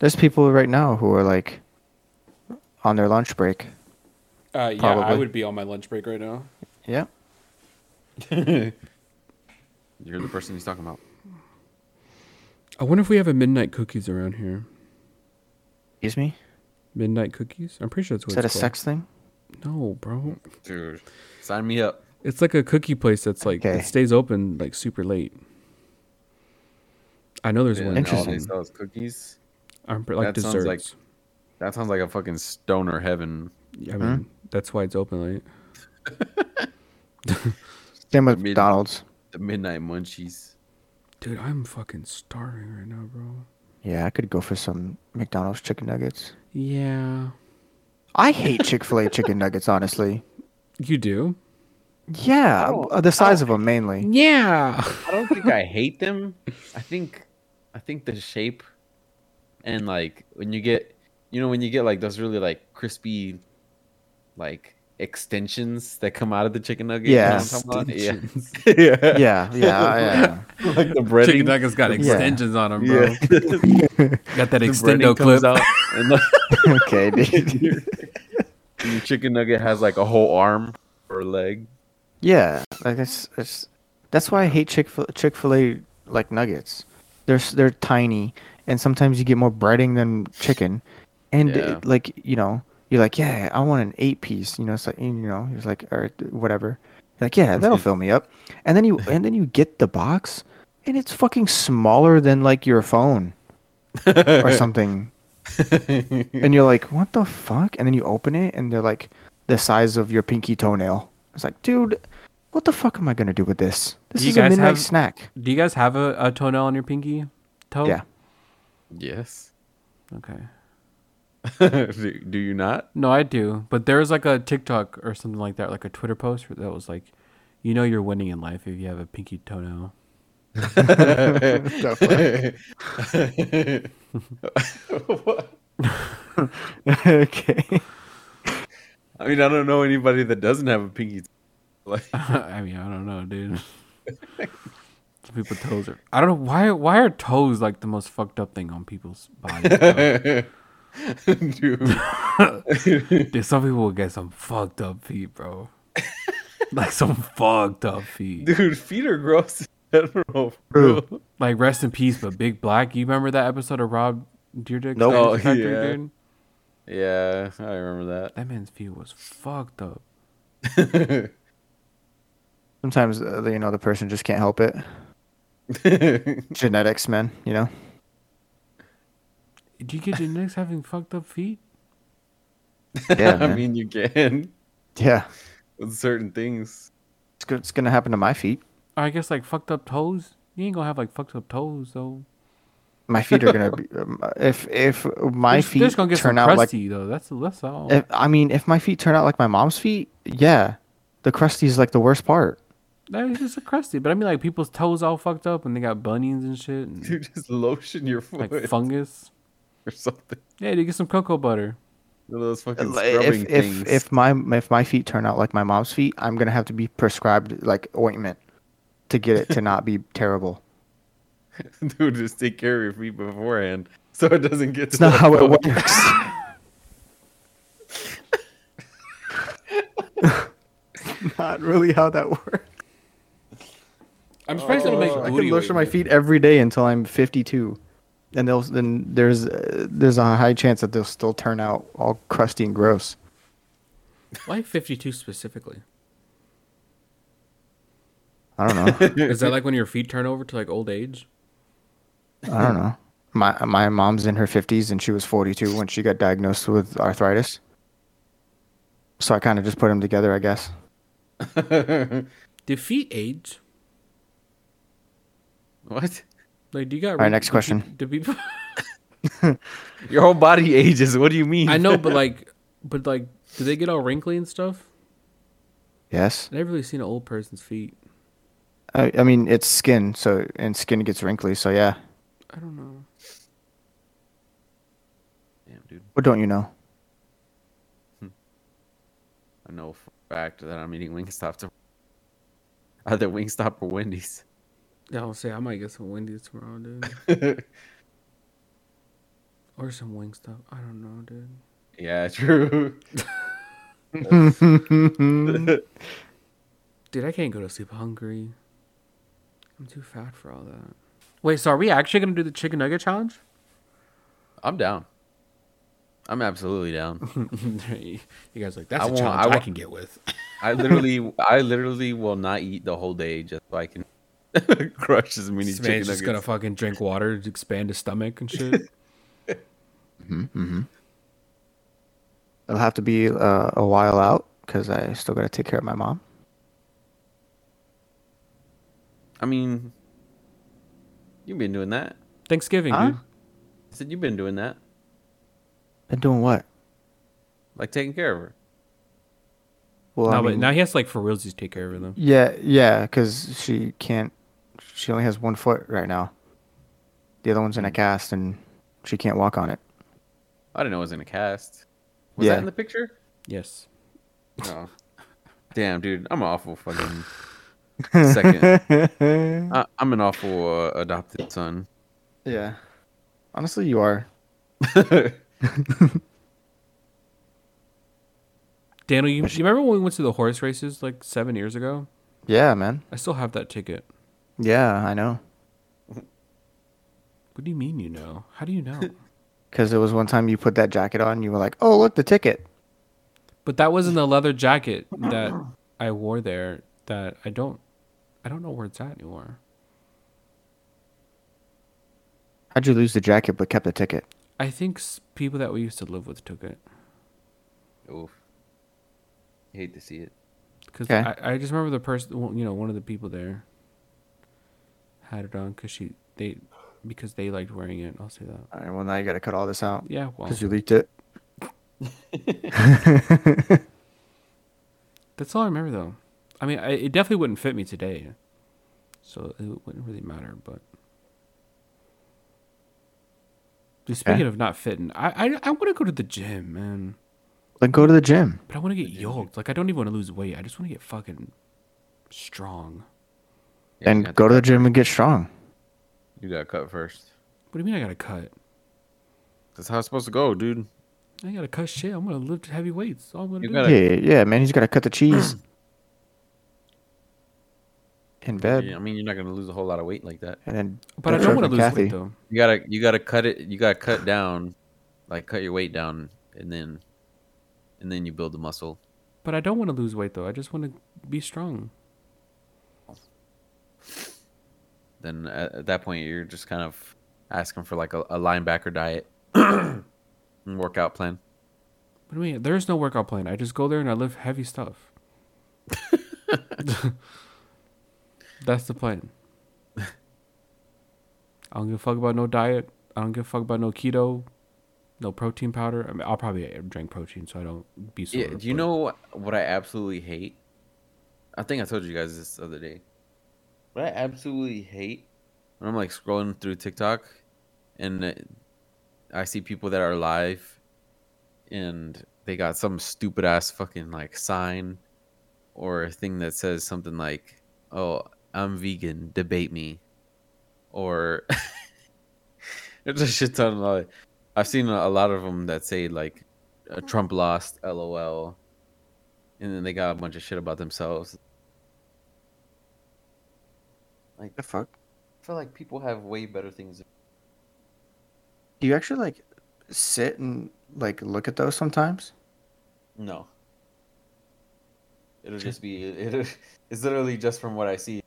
Speaker 2: there's people right now who are like on their lunch break.
Speaker 1: Uh, yeah, I
Speaker 2: Probably.
Speaker 1: would be on my lunch break right now.
Speaker 2: Yeah.
Speaker 3: You're the person he's talking about.
Speaker 1: I wonder if we have a midnight cookies around here.
Speaker 2: Excuse me?
Speaker 1: Midnight cookies? I'm pretty sure that's what
Speaker 2: Is that a
Speaker 1: it's called.
Speaker 2: sex thing?
Speaker 1: No, bro.
Speaker 3: Dude, sign me up.
Speaker 1: It's like a cookie place that's like
Speaker 2: Okay.
Speaker 1: it stays open like super late. I know there's one. in
Speaker 2: Interesting.
Speaker 1: Alton.
Speaker 3: Those cookies.
Speaker 1: I'm pre- like
Speaker 3: That sounds
Speaker 1: desserts.
Speaker 3: like- That sounds like a fucking stoner heaven.
Speaker 1: I mean, that's why it's open late.
Speaker 2: Same with
Speaker 3: Mid-
Speaker 2: McDonald's.
Speaker 3: The midnight munchies.
Speaker 1: Dude, I'm fucking starving right now, bro.
Speaker 2: Yeah, I could go for some McDonald's chicken nuggets.
Speaker 1: Yeah.
Speaker 2: I hate Chick fil A chicken nuggets, honestly.
Speaker 1: You do?
Speaker 2: Yeah, uh, the size of them mainly.
Speaker 1: Yeah.
Speaker 3: I don't think I hate them. I think, I think the shape, and like when you get, you know, when you get like those really like crispy, like extensions that come out of the chicken nugget. you know what I'm talking about? Yeah.
Speaker 2: Yeah, yeah,
Speaker 3: yeah. like the breading.
Speaker 1: Chicken nuggets got extensions on them, bro. Got that
Speaker 3: The
Speaker 1: extendo
Speaker 3: breading comes
Speaker 1: clip.
Speaker 3: out, and the-
Speaker 2: yeah. okay, dude.
Speaker 3: and your chicken nugget has like a whole arm or a leg.
Speaker 2: Yeah, like that's that's that's why I hate Chick Chick Fil A like nuggets. They're s- they're tiny, and sometimes you get more breading than chicken, and
Speaker 3: Yeah.
Speaker 2: it- like you know you're like yeah I want an eight piece. You know it's like you know it's like or whatever. You're like yeah that'll fill me up, and then you and then you get the box, and it's fucking smaller than like your phone, or something. and you're like, what the fuck? And then you open it, and they're like the size of your pinky toenail. It's like, dude, what the fuck am I gonna do with this? This
Speaker 1: You
Speaker 2: is a
Speaker 1: guys
Speaker 2: midnight
Speaker 1: have-
Speaker 2: snack.
Speaker 1: Do you guys have a, a toenail on your pinky toe?
Speaker 2: Yeah,
Speaker 3: Yes.
Speaker 1: Okay.
Speaker 3: do, do you not?
Speaker 1: No, I do. But there was like a TikTok or something like that, like a Twitter post that was like, you know, you're winning in life if you have a pinky toenail.
Speaker 2: okay.
Speaker 3: I mean, I don't know anybody that doesn't have a pinky. Like,
Speaker 1: I mean, I don't know, dude. Some people toes are. I don't know why. Why are toes like the most fucked up thing on people's bodies? bro?
Speaker 3: dude.
Speaker 1: dude, some people will get some fucked up feet, bro. like some fucked up feet.
Speaker 3: Dude, feet are gross in general.
Speaker 2: True.
Speaker 3: bro.
Speaker 1: Like rest in peace, but Big Black. You remember that episode of Rob Deerdick?
Speaker 2: Nope.
Speaker 3: Oh,
Speaker 1: Factory,
Speaker 3: yeah.
Speaker 1: dude?
Speaker 3: Yeah, I remember
Speaker 1: That man's feet was fucked up.
Speaker 3: that.
Speaker 2: Sometimes uh, you know the person just can't help it. Genetics, man. You know.
Speaker 1: Do you get genetics having fucked up feet?
Speaker 2: Yeah,
Speaker 3: I
Speaker 2: man.
Speaker 3: mean, you can
Speaker 2: yeah.
Speaker 3: with certain things.
Speaker 2: It's, go- it's gonna happen to my feet.
Speaker 1: Or I guess like fucked up toes. You ain't gonna have like fucked up toes though.
Speaker 2: My feet are gonna be um, if if my
Speaker 1: They're just-
Speaker 2: feet
Speaker 1: they're just gonna get
Speaker 2: turn
Speaker 1: some
Speaker 2: out like
Speaker 1: crusty though. That's that's all.
Speaker 2: if, I mean if my feet turn out like my mom's feet, yeah, the crusty is like the worst part.
Speaker 1: That was just a crusty. But I mean, like people's toes all fucked up and they got bunions and shit, and,
Speaker 3: Dude, just lotion your foot
Speaker 1: like fungus.
Speaker 3: or something.
Speaker 1: Yeah, you get some cocoa butter.
Speaker 3: One of those fucking scrubbing
Speaker 2: if,
Speaker 3: things.
Speaker 2: if if my if my feet turn out like my mom's feet, I'm gonna have to be prescribed like ointment to get it to not be terrible.
Speaker 3: Dude, just take care of your feet beforehand so it doesn't get to
Speaker 2: It's not
Speaker 3: that
Speaker 2: how it
Speaker 3: point.
Speaker 2: works. not really how that works.
Speaker 1: I'm surprised it'll make
Speaker 2: Oh, I
Speaker 1: booty
Speaker 2: can lotion my
Speaker 1: weight.
Speaker 2: feet every day until I'm 52, and they'll then there's uh, there's a high chance that they'll still turn out all crusty and gross.
Speaker 1: Why 52 specifically?
Speaker 2: I don't know.
Speaker 1: Is that like when your feet turn over to like old age?
Speaker 2: I don't know. My my mom's in her 50s and she was 42 when she got diagnosed with arthritis. So I kind of just put them together, I guess.
Speaker 1: Defeat age.
Speaker 3: what?
Speaker 1: Like, do you got?
Speaker 2: right, next
Speaker 1: do
Speaker 2: question.
Speaker 1: peop- do people?
Speaker 3: Your whole body ages. What do you mean?
Speaker 1: I know, but like, but like, do they get all wrinkly and stuff?
Speaker 2: Yes.
Speaker 1: I never really seen an old person's feet.
Speaker 2: I, I mean, it's skin, so and skin gets wrinkly, so yeah.
Speaker 1: I don't know.
Speaker 3: Damn, dude.
Speaker 2: What don't you know?
Speaker 3: I know for a fact that I'm eating Wingstop to either Wingstop or Wendy's.
Speaker 1: Yeah, I'll say I might get some Wendy's tomorrow, dude, or some wing stuff. I don't know, dude.
Speaker 3: yeah, true.
Speaker 1: Dude, I can't go to sleep hungry. I'm too fat for all that. Wait, so are we actually gonna do the chicken nugget challenge?
Speaker 3: I'm down. I'm absolutely down.
Speaker 1: you guys are like that's
Speaker 3: I
Speaker 1: a
Speaker 3: won't-
Speaker 1: challenge
Speaker 3: I
Speaker 1: I,
Speaker 3: won't-
Speaker 1: can get with.
Speaker 3: I literally, I literally will not eat the whole day just so I can crush as many
Speaker 1: This
Speaker 3: chicken
Speaker 1: man's
Speaker 3: nuggets.
Speaker 1: just gonna fucking drink water to expand his stomach and shit.
Speaker 2: It'll have to be uh, a while out because I still got to take care of my mom.
Speaker 3: I mean, you've been doing that.
Speaker 1: Thanksgiving,
Speaker 2: Huh?
Speaker 1: dude.
Speaker 3: I said you've been doing that,
Speaker 2: Been doing what?
Speaker 3: like taking care of her.
Speaker 2: Well, I
Speaker 1: no, but
Speaker 2: mean,
Speaker 1: now he has to, like for realsies take care of them.
Speaker 2: yeah, yeah, because she can't. She only has one foot right now. The other one's in a cast, and she can't walk on it.
Speaker 3: I didn't know it was in a cast. Was
Speaker 2: Yeah.
Speaker 3: that in the picture?
Speaker 1: Yes.
Speaker 3: No. Damn, dude, I'm an awful fucking second. I, I'm an awful uh, adopted son.
Speaker 2: Yeah. Honestly, you are.
Speaker 1: Daniel, you, you remember when we went to the horse races like seven years ago?
Speaker 2: Yeah, man.
Speaker 1: I still have that ticket.
Speaker 2: Yeah, I know.
Speaker 1: What do you mean you know? How do you know?
Speaker 2: Because it was one time you put that jacket on, you were like, "Oh, look, the ticket."
Speaker 1: but that wasn't the leather jacket that I wore there that I don't I don't know where it's at anymore.
Speaker 2: How'd you lose the jacket but kept the ticket?
Speaker 1: I think s- people that we used to live with took it
Speaker 3: Oof. hate to see it.
Speaker 1: because
Speaker 2: Okay.
Speaker 1: I, I just remember the person well, you know one of the people there had it on because she they because they liked wearing it. I'll say that.
Speaker 2: All right. Well, now you got to cut all this out
Speaker 1: Yeah, well,
Speaker 2: because you leaked it.
Speaker 1: that's all I remember though. I mean, I, it definitely wouldn't fit me today, so it wouldn't really matter. But Dude, speaking of not fitting, I I, I want to go to the gym, man.
Speaker 2: Then go to the gym.
Speaker 1: But I want to get yoked. Like I don't even want to lose weight. I just want to get fucking strong.
Speaker 3: Yeah, you
Speaker 2: and
Speaker 3: got
Speaker 2: go to the
Speaker 3: cut-
Speaker 2: gym and get strong.
Speaker 3: You got cut first.
Speaker 1: What do you mean I gotta cut?
Speaker 3: That's how it's supposed to go, dude.
Speaker 1: I ain't gotta cut shit. I'm gonna lift heavy weights. That's All I'm gonna
Speaker 3: You
Speaker 1: do.
Speaker 3: gotta-
Speaker 2: Yeah, yeah, yeah, man. He's got to cut the cheese. In bed,
Speaker 3: Yeah, I mean, you're not gonna lose a whole lot of weight like that.
Speaker 2: and then.
Speaker 1: but I
Speaker 2: that's
Speaker 1: don't
Speaker 2: right
Speaker 1: want to
Speaker 2: for
Speaker 1: lose
Speaker 2: Kathy.
Speaker 1: weight though.
Speaker 3: You gotta, you gotta cut it. You gotta cut down, like cut your weight down, and then, and then you build the muscle.
Speaker 1: But I don't want to lose weight though. I just want to be strong.
Speaker 3: Then uh, at, at that point, you're just kind of asking for like a, a linebacker diet and workout plan.
Speaker 1: What do you mean? There's no workout plan. I just go there and I lift heavy stuff. That's the plan. I don't give a fuck about no diet. I don't give a fuck about no keto, no protein powder. I mean, I'll probably drink protein so I don't be sore.
Speaker 3: Yeah, do you
Speaker 1: but-
Speaker 3: know what I absolutely hate? I think I told you guys this the other day. What I absolutely hate when I'm like scrolling through TikTok and uh, I see people that are live and they got some stupid ass fucking like sign or a thing that says something like, "Oh, I'm vegan, debate me," or there's a shit ton of. Like, I've seen a a lot of them that say like, uh, "Trump lost," LOL, and then they got a bunch of shit about themselves. Like
Speaker 2: The fuck?
Speaker 3: I feel like people have way better things.
Speaker 2: Do you actually like sit and like look at those sometimes?
Speaker 3: No. It'll just be it, it's literally just from what I see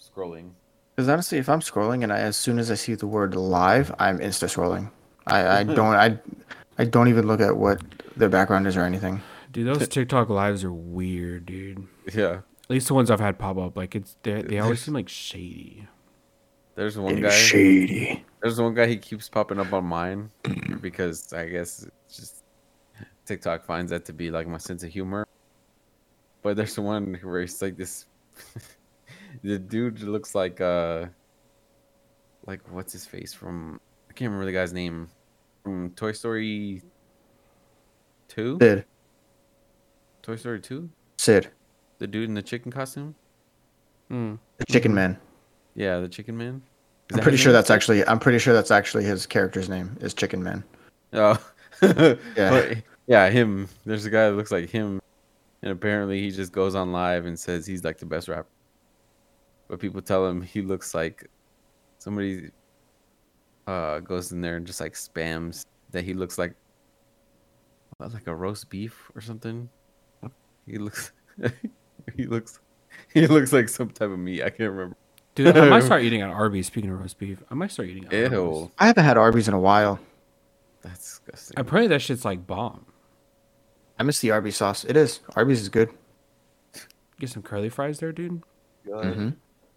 Speaker 3: scrolling.
Speaker 2: Because honestly, if I'm scrolling and I, as soon as I see the word live, I'm
Speaker 3: Mm-hmm.
Speaker 2: insta scrolling. I, I don't I I don't even look at what their background is or anything.
Speaker 1: Dude, those TikTok lives are weird, dude.
Speaker 3: Yeah.
Speaker 1: At least the ones I've had pop up, like it's they they always seem like shady.
Speaker 3: There's one guy.
Speaker 2: Shady.
Speaker 3: There's one guy he keeps popping up on mine because I guess it's just TikTok finds that to be like my sense of humor. But there's one where it's like this. the dude looks like uh, like what's his face from? I can't remember the guy's name from Toy Story Two.
Speaker 2: Sid.
Speaker 3: Toy Story Two.
Speaker 2: Sid.
Speaker 3: The dude in the chicken costume. Mm.
Speaker 2: The Chicken Man.
Speaker 3: Yeah, the Chicken Man. Mm-hmm. Is
Speaker 2: I'm
Speaker 3: that
Speaker 2: pretty
Speaker 3: his
Speaker 2: sure
Speaker 3: name?
Speaker 2: that's actually. I'm pretty sure that's actually his character's name is Chicken Man.
Speaker 3: Oh. yeah.
Speaker 2: Yeah.
Speaker 3: yeah, him. There's a guy that looks like him. And apparently he just goes on live and says he's like the best rapper. But people tell him he looks like somebody uh goes in there and just like spams that he looks like what, like a roast beef or something. He looks he looks he looks like some type of meat. I can't remember.
Speaker 1: Dude, I might start eating at Arby's. Speaking of roast beef, I might start eating. At Arby's.
Speaker 3: Ew.
Speaker 2: I haven't had Arby's in a while.
Speaker 3: That's disgusting.
Speaker 1: I pray that shit's like bomb.
Speaker 2: I miss the Arby's sauce. It is. Arby's is good.
Speaker 1: Get some curly fries there, dude.
Speaker 3: God.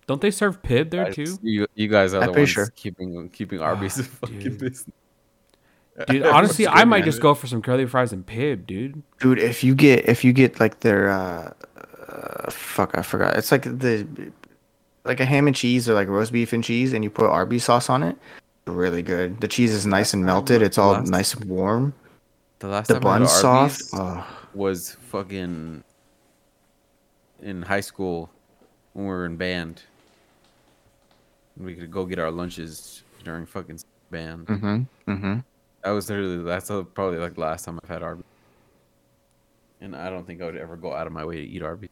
Speaker 1: Don't they serve pib there
Speaker 3: I-
Speaker 1: too? Ah,
Speaker 3: You, you guys are
Speaker 2: I'm
Speaker 3: the
Speaker 2: pretty
Speaker 3: ones
Speaker 2: sure.
Speaker 3: keeping keeping Arby's a fucking
Speaker 1: dude.
Speaker 3: business.
Speaker 1: Dude, honestly, I might
Speaker 3: man.
Speaker 1: just go for some curly fries and pib, dude.
Speaker 2: Dude, if you get if you get like their uh, uh fuck, I forgot. It's like the like a ham and cheese or like roast beef and cheese, and you put Arby's sauce on it. Really good. The cheese is nice and melted. It's all
Speaker 3: Last-
Speaker 2: nice and warm.
Speaker 3: The last
Speaker 2: The
Speaker 3: time I had
Speaker 2: bun's soft.
Speaker 3: Arby's
Speaker 2: Oh,
Speaker 3: was fucking in high school when we were in band. We could go get our lunches during fucking band.
Speaker 2: mm-hmm. Mm-hmm.
Speaker 3: That was literally that's uh, probably like the last time I've had Arby's. And I don't think I would ever go out of my way to eat Arby's.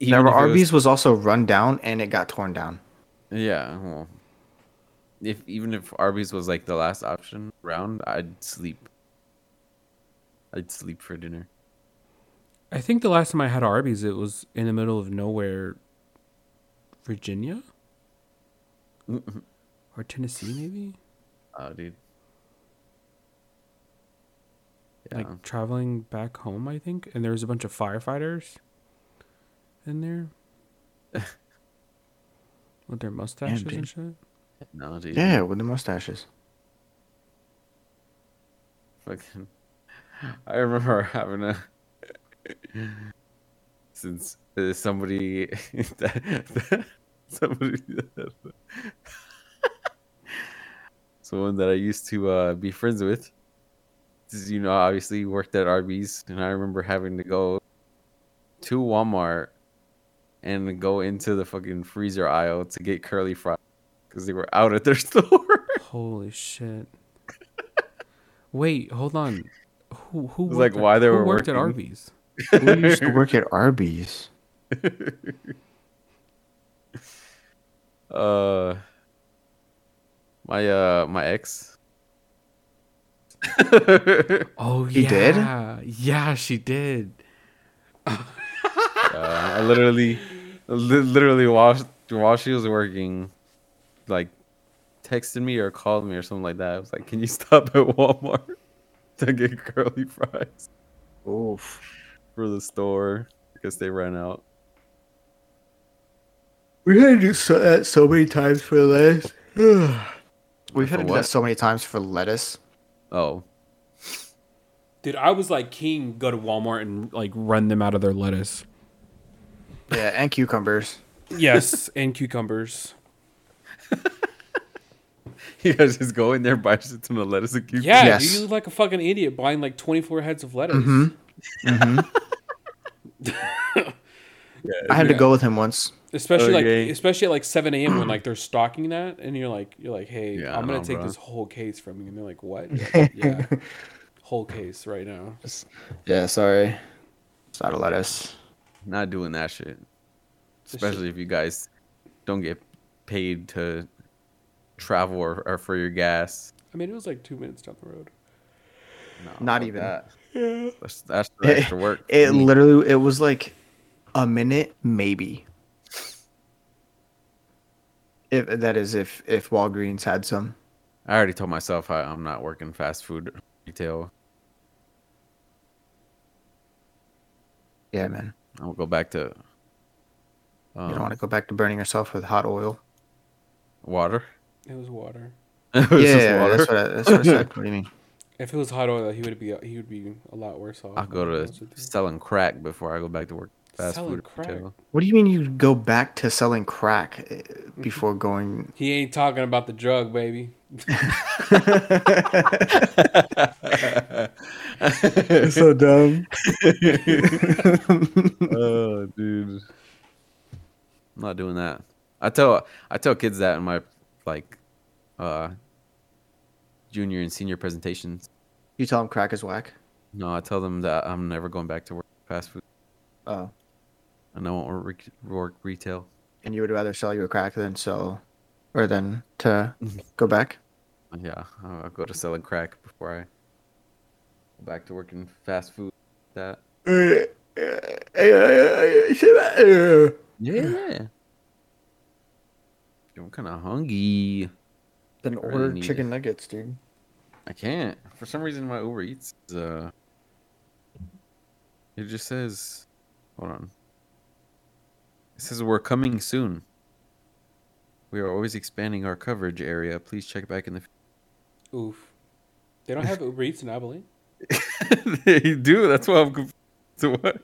Speaker 3: Even
Speaker 2: Never.
Speaker 3: if it was-
Speaker 2: Arby's was also run down and it got torn down.
Speaker 3: Yeah, well, if even if Arby's was like the last option round, I'd sleep. I'd sleep for dinner.
Speaker 1: I think the last time I had Arby's, it was in the middle of nowhere, Virginia or Tennessee, maybe.
Speaker 3: Oh, dude. Yeah.
Speaker 1: Like traveling back home, I think, and there was a bunch of firefighters in there with their mustaches and
Speaker 2: dude.
Speaker 1: shit.
Speaker 3: no, dude.
Speaker 2: Yeah, with the mustaches.
Speaker 3: Fucking. I remember having a. Since uh, somebody. that- somebody. someone that I used to uh, be friends with. this is, You know, obviously worked at Arby's, and I remember having to go to Walmart and go into the fucking freezer aisle to get curly fries because they were out at their store.
Speaker 1: Holy shit! Wait, hold on. Who who
Speaker 3: was like
Speaker 1: worked at-
Speaker 3: why they
Speaker 1: who
Speaker 3: were
Speaker 1: worked at
Speaker 3: working.
Speaker 1: Arby's?
Speaker 2: Who used to work at Arby's?
Speaker 3: Uh, my uh, my ex.
Speaker 1: Oh,
Speaker 2: He did?
Speaker 1: yeah, did. Yeah, she did.
Speaker 3: Uh, I literally, li- literally while while she was working, like, texted me or called me or something like that. I was like, "Can you stop at Walmart to get curly fries
Speaker 2: Oof.
Speaker 3: for the store because they ran out?"
Speaker 2: We had to do so, that so many times for lettuce. We've had
Speaker 3: For
Speaker 2: to do
Speaker 3: what?
Speaker 2: that so many times for lettuce.
Speaker 3: Oh,
Speaker 1: Dude, I was like king. Go to Walmart and like run them out of their lettuce.
Speaker 2: Yeah, and cucumbers.
Speaker 1: Yes, and cucumbers.
Speaker 3: you guys just go in there, buy shit some lettuce and cucumber.
Speaker 1: Yeah,
Speaker 2: Yes.
Speaker 1: you look like a fucking idiot buying like twenty four heads of lettuce.
Speaker 3: Mm-hmm.
Speaker 2: I had to go with him once.
Speaker 1: Especially
Speaker 3: Okay.
Speaker 1: like especially at like seven a.m. when like they're stocking that, and you're like you're like, hey,
Speaker 3: Yeah, I
Speaker 1: I'm gonna
Speaker 3: know,
Speaker 1: take
Speaker 3: bro.
Speaker 1: this whole case from you, and they're like, what? You're like, yeah, whole case right now.
Speaker 2: Yeah, sorry. It's not a lettuce.
Speaker 3: Not doing that shit. Especially if you guys don't get paid to travel or, or for your gas.
Speaker 1: I mean, it was like two minutes down the road.
Speaker 3: No,
Speaker 2: Not
Speaker 3: fuck
Speaker 2: even.
Speaker 3: That. That's, that's the extra work. Mm.
Speaker 2: It literally, it was like a minute, maybe. If that is, if if Walgreens had some.
Speaker 3: I already told myself I, I'm not working fast food retail.
Speaker 2: Yeah, man.
Speaker 3: I'll go back to um,
Speaker 2: You don't want to go back to burning yourself with hot oil.
Speaker 3: um, water.
Speaker 1: It was water.
Speaker 3: It's
Speaker 2: Yeah,
Speaker 3: just
Speaker 2: that's what I, that's what I said. What do you mean?
Speaker 1: If it was hot oil, he would be he would be a lot worse off.
Speaker 3: I'll go to selling crack before I go back to work. Fast
Speaker 1: Selling
Speaker 3: food
Speaker 1: crack?
Speaker 3: retail.
Speaker 2: What do you mean you go back to selling crack eh, before going?
Speaker 1: He ain't talking about the drug, baby.
Speaker 2: so dumb.
Speaker 3: oh, dude. I'm not doing that. I tell I tell kids that in my like uh junior and senior presentations.
Speaker 2: You tell them crack is whack.
Speaker 3: No, I tell them that I'm never going back to work fast food
Speaker 2: Oh,
Speaker 3: and I won't work, work retail.
Speaker 2: and you would rather sell you a crack than sell, or than to go back.
Speaker 3: Yeah, I'll I'll go to selling crack before I go back to working fast food. That
Speaker 2: Then
Speaker 3: yeah. I'm kind of hungry.
Speaker 2: order
Speaker 3: need
Speaker 2: chicken
Speaker 3: it.
Speaker 2: nuggets, dude.
Speaker 3: I can't. For some reason, my Uber Eats is, uh, it just says, hold on. It says we're coming soon. We are always expanding our coverage area. Please check back in the.
Speaker 1: Oof. They don't have Uber Eats in Abilene.
Speaker 3: f- they do. That's why I'm. conf- So what?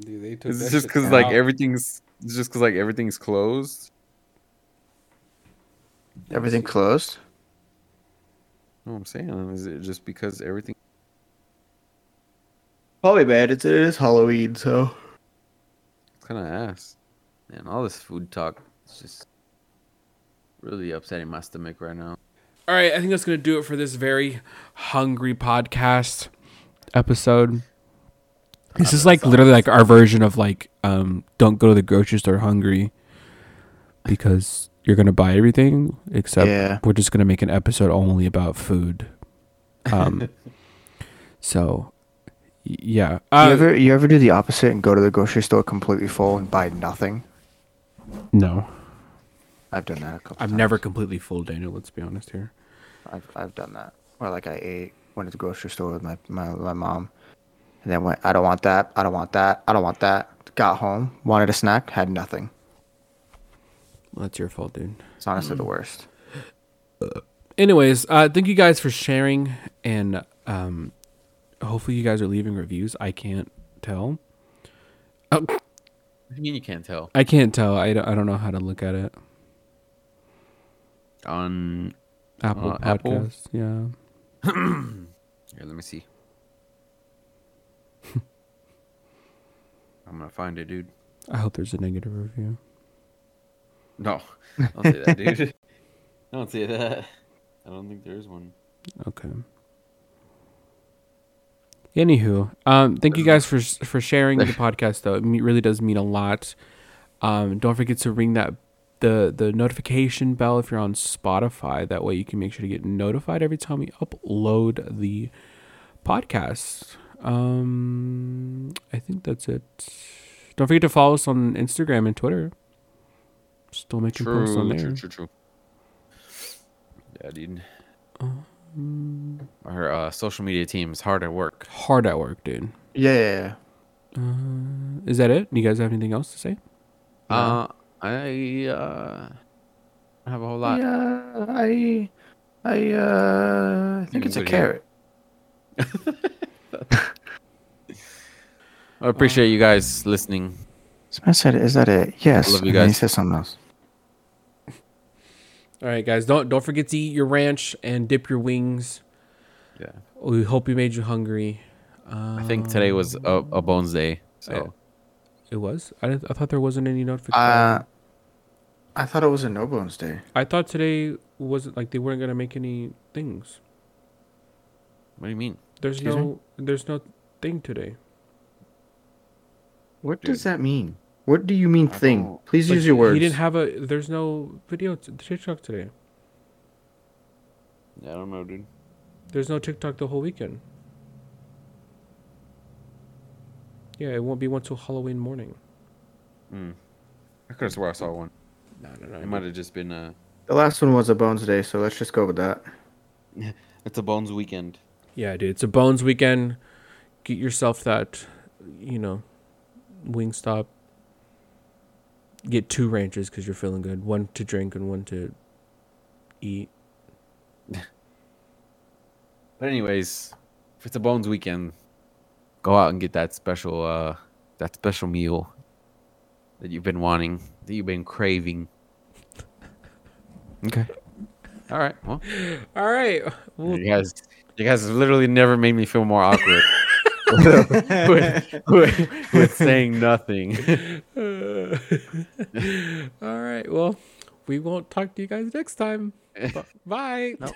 Speaker 1: Dude, they took
Speaker 3: Is
Speaker 1: that
Speaker 3: it just
Speaker 1: shit
Speaker 3: because like
Speaker 1: out.
Speaker 3: everything's it's just because like everything's closed?
Speaker 2: Everything closed.
Speaker 3: You know what I'm saying is it just because everything?
Speaker 2: Probably bad. It's it is Halloween, so
Speaker 3: It's kind of ass. Man, all this food talk is just really upsetting my stomach right now.
Speaker 1: All right, I think that's going to do it for this very hungry podcast episode.
Speaker 4: This is like literally like our version of like um don't go to the grocery store hungry because you're gonna buy everything except
Speaker 2: Yeah.
Speaker 4: we're just gonna make an episode only about food. Um so y- yeah. Uh,
Speaker 2: you ever you ever do the opposite and go to the grocery store completely full and buy nothing?
Speaker 4: no.
Speaker 2: I've done that a couple.
Speaker 4: I'm
Speaker 2: times.
Speaker 4: never completely full, Daniel, let's be honest here.
Speaker 2: I've I've done that. Or like I ate went to the grocery store with my my, my mom, and then went. I don't want that. I don't want that. I don't want that. Got home, wanted a snack, had nothing.
Speaker 4: Well, that's your fault, dude.
Speaker 2: It's honestly the worst.
Speaker 4: Anyways, uh thank you guys for sharing and um hopefully you guys are leaving reviews. I can't tell. Oh,
Speaker 3: What do you mean you can't tell?
Speaker 4: I can't tell. I don't, I don't know how to look at it.
Speaker 3: On
Speaker 4: Apple
Speaker 3: Uh,
Speaker 4: Podcast.
Speaker 3: Apple?
Speaker 4: Yeah.
Speaker 3: here, let me see. I'm gonna find it, dude.
Speaker 4: I hope there's a negative review.
Speaker 3: No, don't say that, dude. don't say that. I don't think there is one.
Speaker 4: Okay. Anywho, um, thank you guys for for sharing the podcast. Though it me- really does mean a lot. Um, don't forget to ring that the the notification bell if you're on Spotify. That way you can make sure to get notified every time we upload the podcast. Um, I think that's it. Don't forget to follow us on Instagram and Twitter. Still making posts on
Speaker 3: True,
Speaker 4: there.
Speaker 3: true, true, true. Yeah, dude. Our uh, social media team is hard at work.
Speaker 4: Hard at work, dude.
Speaker 2: Yeah, yeah, yeah.
Speaker 4: Is that it? You guys have anything else to say?
Speaker 3: Uh, I uh, I have a whole lot.
Speaker 2: Yeah, I, I, uh, I think
Speaker 3: You
Speaker 2: it's a
Speaker 3: would-
Speaker 2: carrot.
Speaker 3: I appreciate you guys listening.
Speaker 2: Smith said, "Is that it?" Yes.
Speaker 3: love you
Speaker 2: and then He
Speaker 3: guys.
Speaker 2: said something else.
Speaker 1: All right, guys, don't don't forget to eat your ranch and dip your wings.
Speaker 3: Yeah,
Speaker 1: We hope we made you hungry. Um,
Speaker 3: I think today was a, a bones day. So
Speaker 1: It was. I, didn't- I thought there wasn't any notification.
Speaker 2: Uh, I thought it was a no bones day.
Speaker 1: I thought today wasn't like they weren't gonna make any things.
Speaker 3: what do you mean?
Speaker 1: There's
Speaker 2: Excuse
Speaker 1: no there's no thing today.
Speaker 2: What
Speaker 3: does
Speaker 2: does that mean? What do you mean thing? Please
Speaker 1: Like,
Speaker 2: use your words.
Speaker 1: He didn't have a. There's no video t- TikTok today.
Speaker 3: Yeah, I don't know, dude.
Speaker 1: There's no TikTok the whole weekend. Yeah, it won't be one till Halloween morning.
Speaker 3: I could have swore I saw one.
Speaker 1: No, no, no.
Speaker 3: It might have just been a.
Speaker 2: the last one was a bones day, so let's just go with that.
Speaker 3: It's a Bones weekend.
Speaker 1: Yeah, dude, it's a Bones weekend. Get yourself that, you know, Wingstop. Get two ranches because you're feeling good. One to drink and one to eat.
Speaker 3: But anyways, if it's a Bones weekend, go out and get that special uh that special meal that you've been wanting, that you've been craving.
Speaker 1: Okay.
Speaker 3: All right. Well,
Speaker 1: All right. Well,
Speaker 3: you guys you guys have literally never made me feel more awkward. with, with, with saying nothing.
Speaker 1: uh, all right. Well, we won't talk to you guys next time. B- Bye.
Speaker 3: Nope.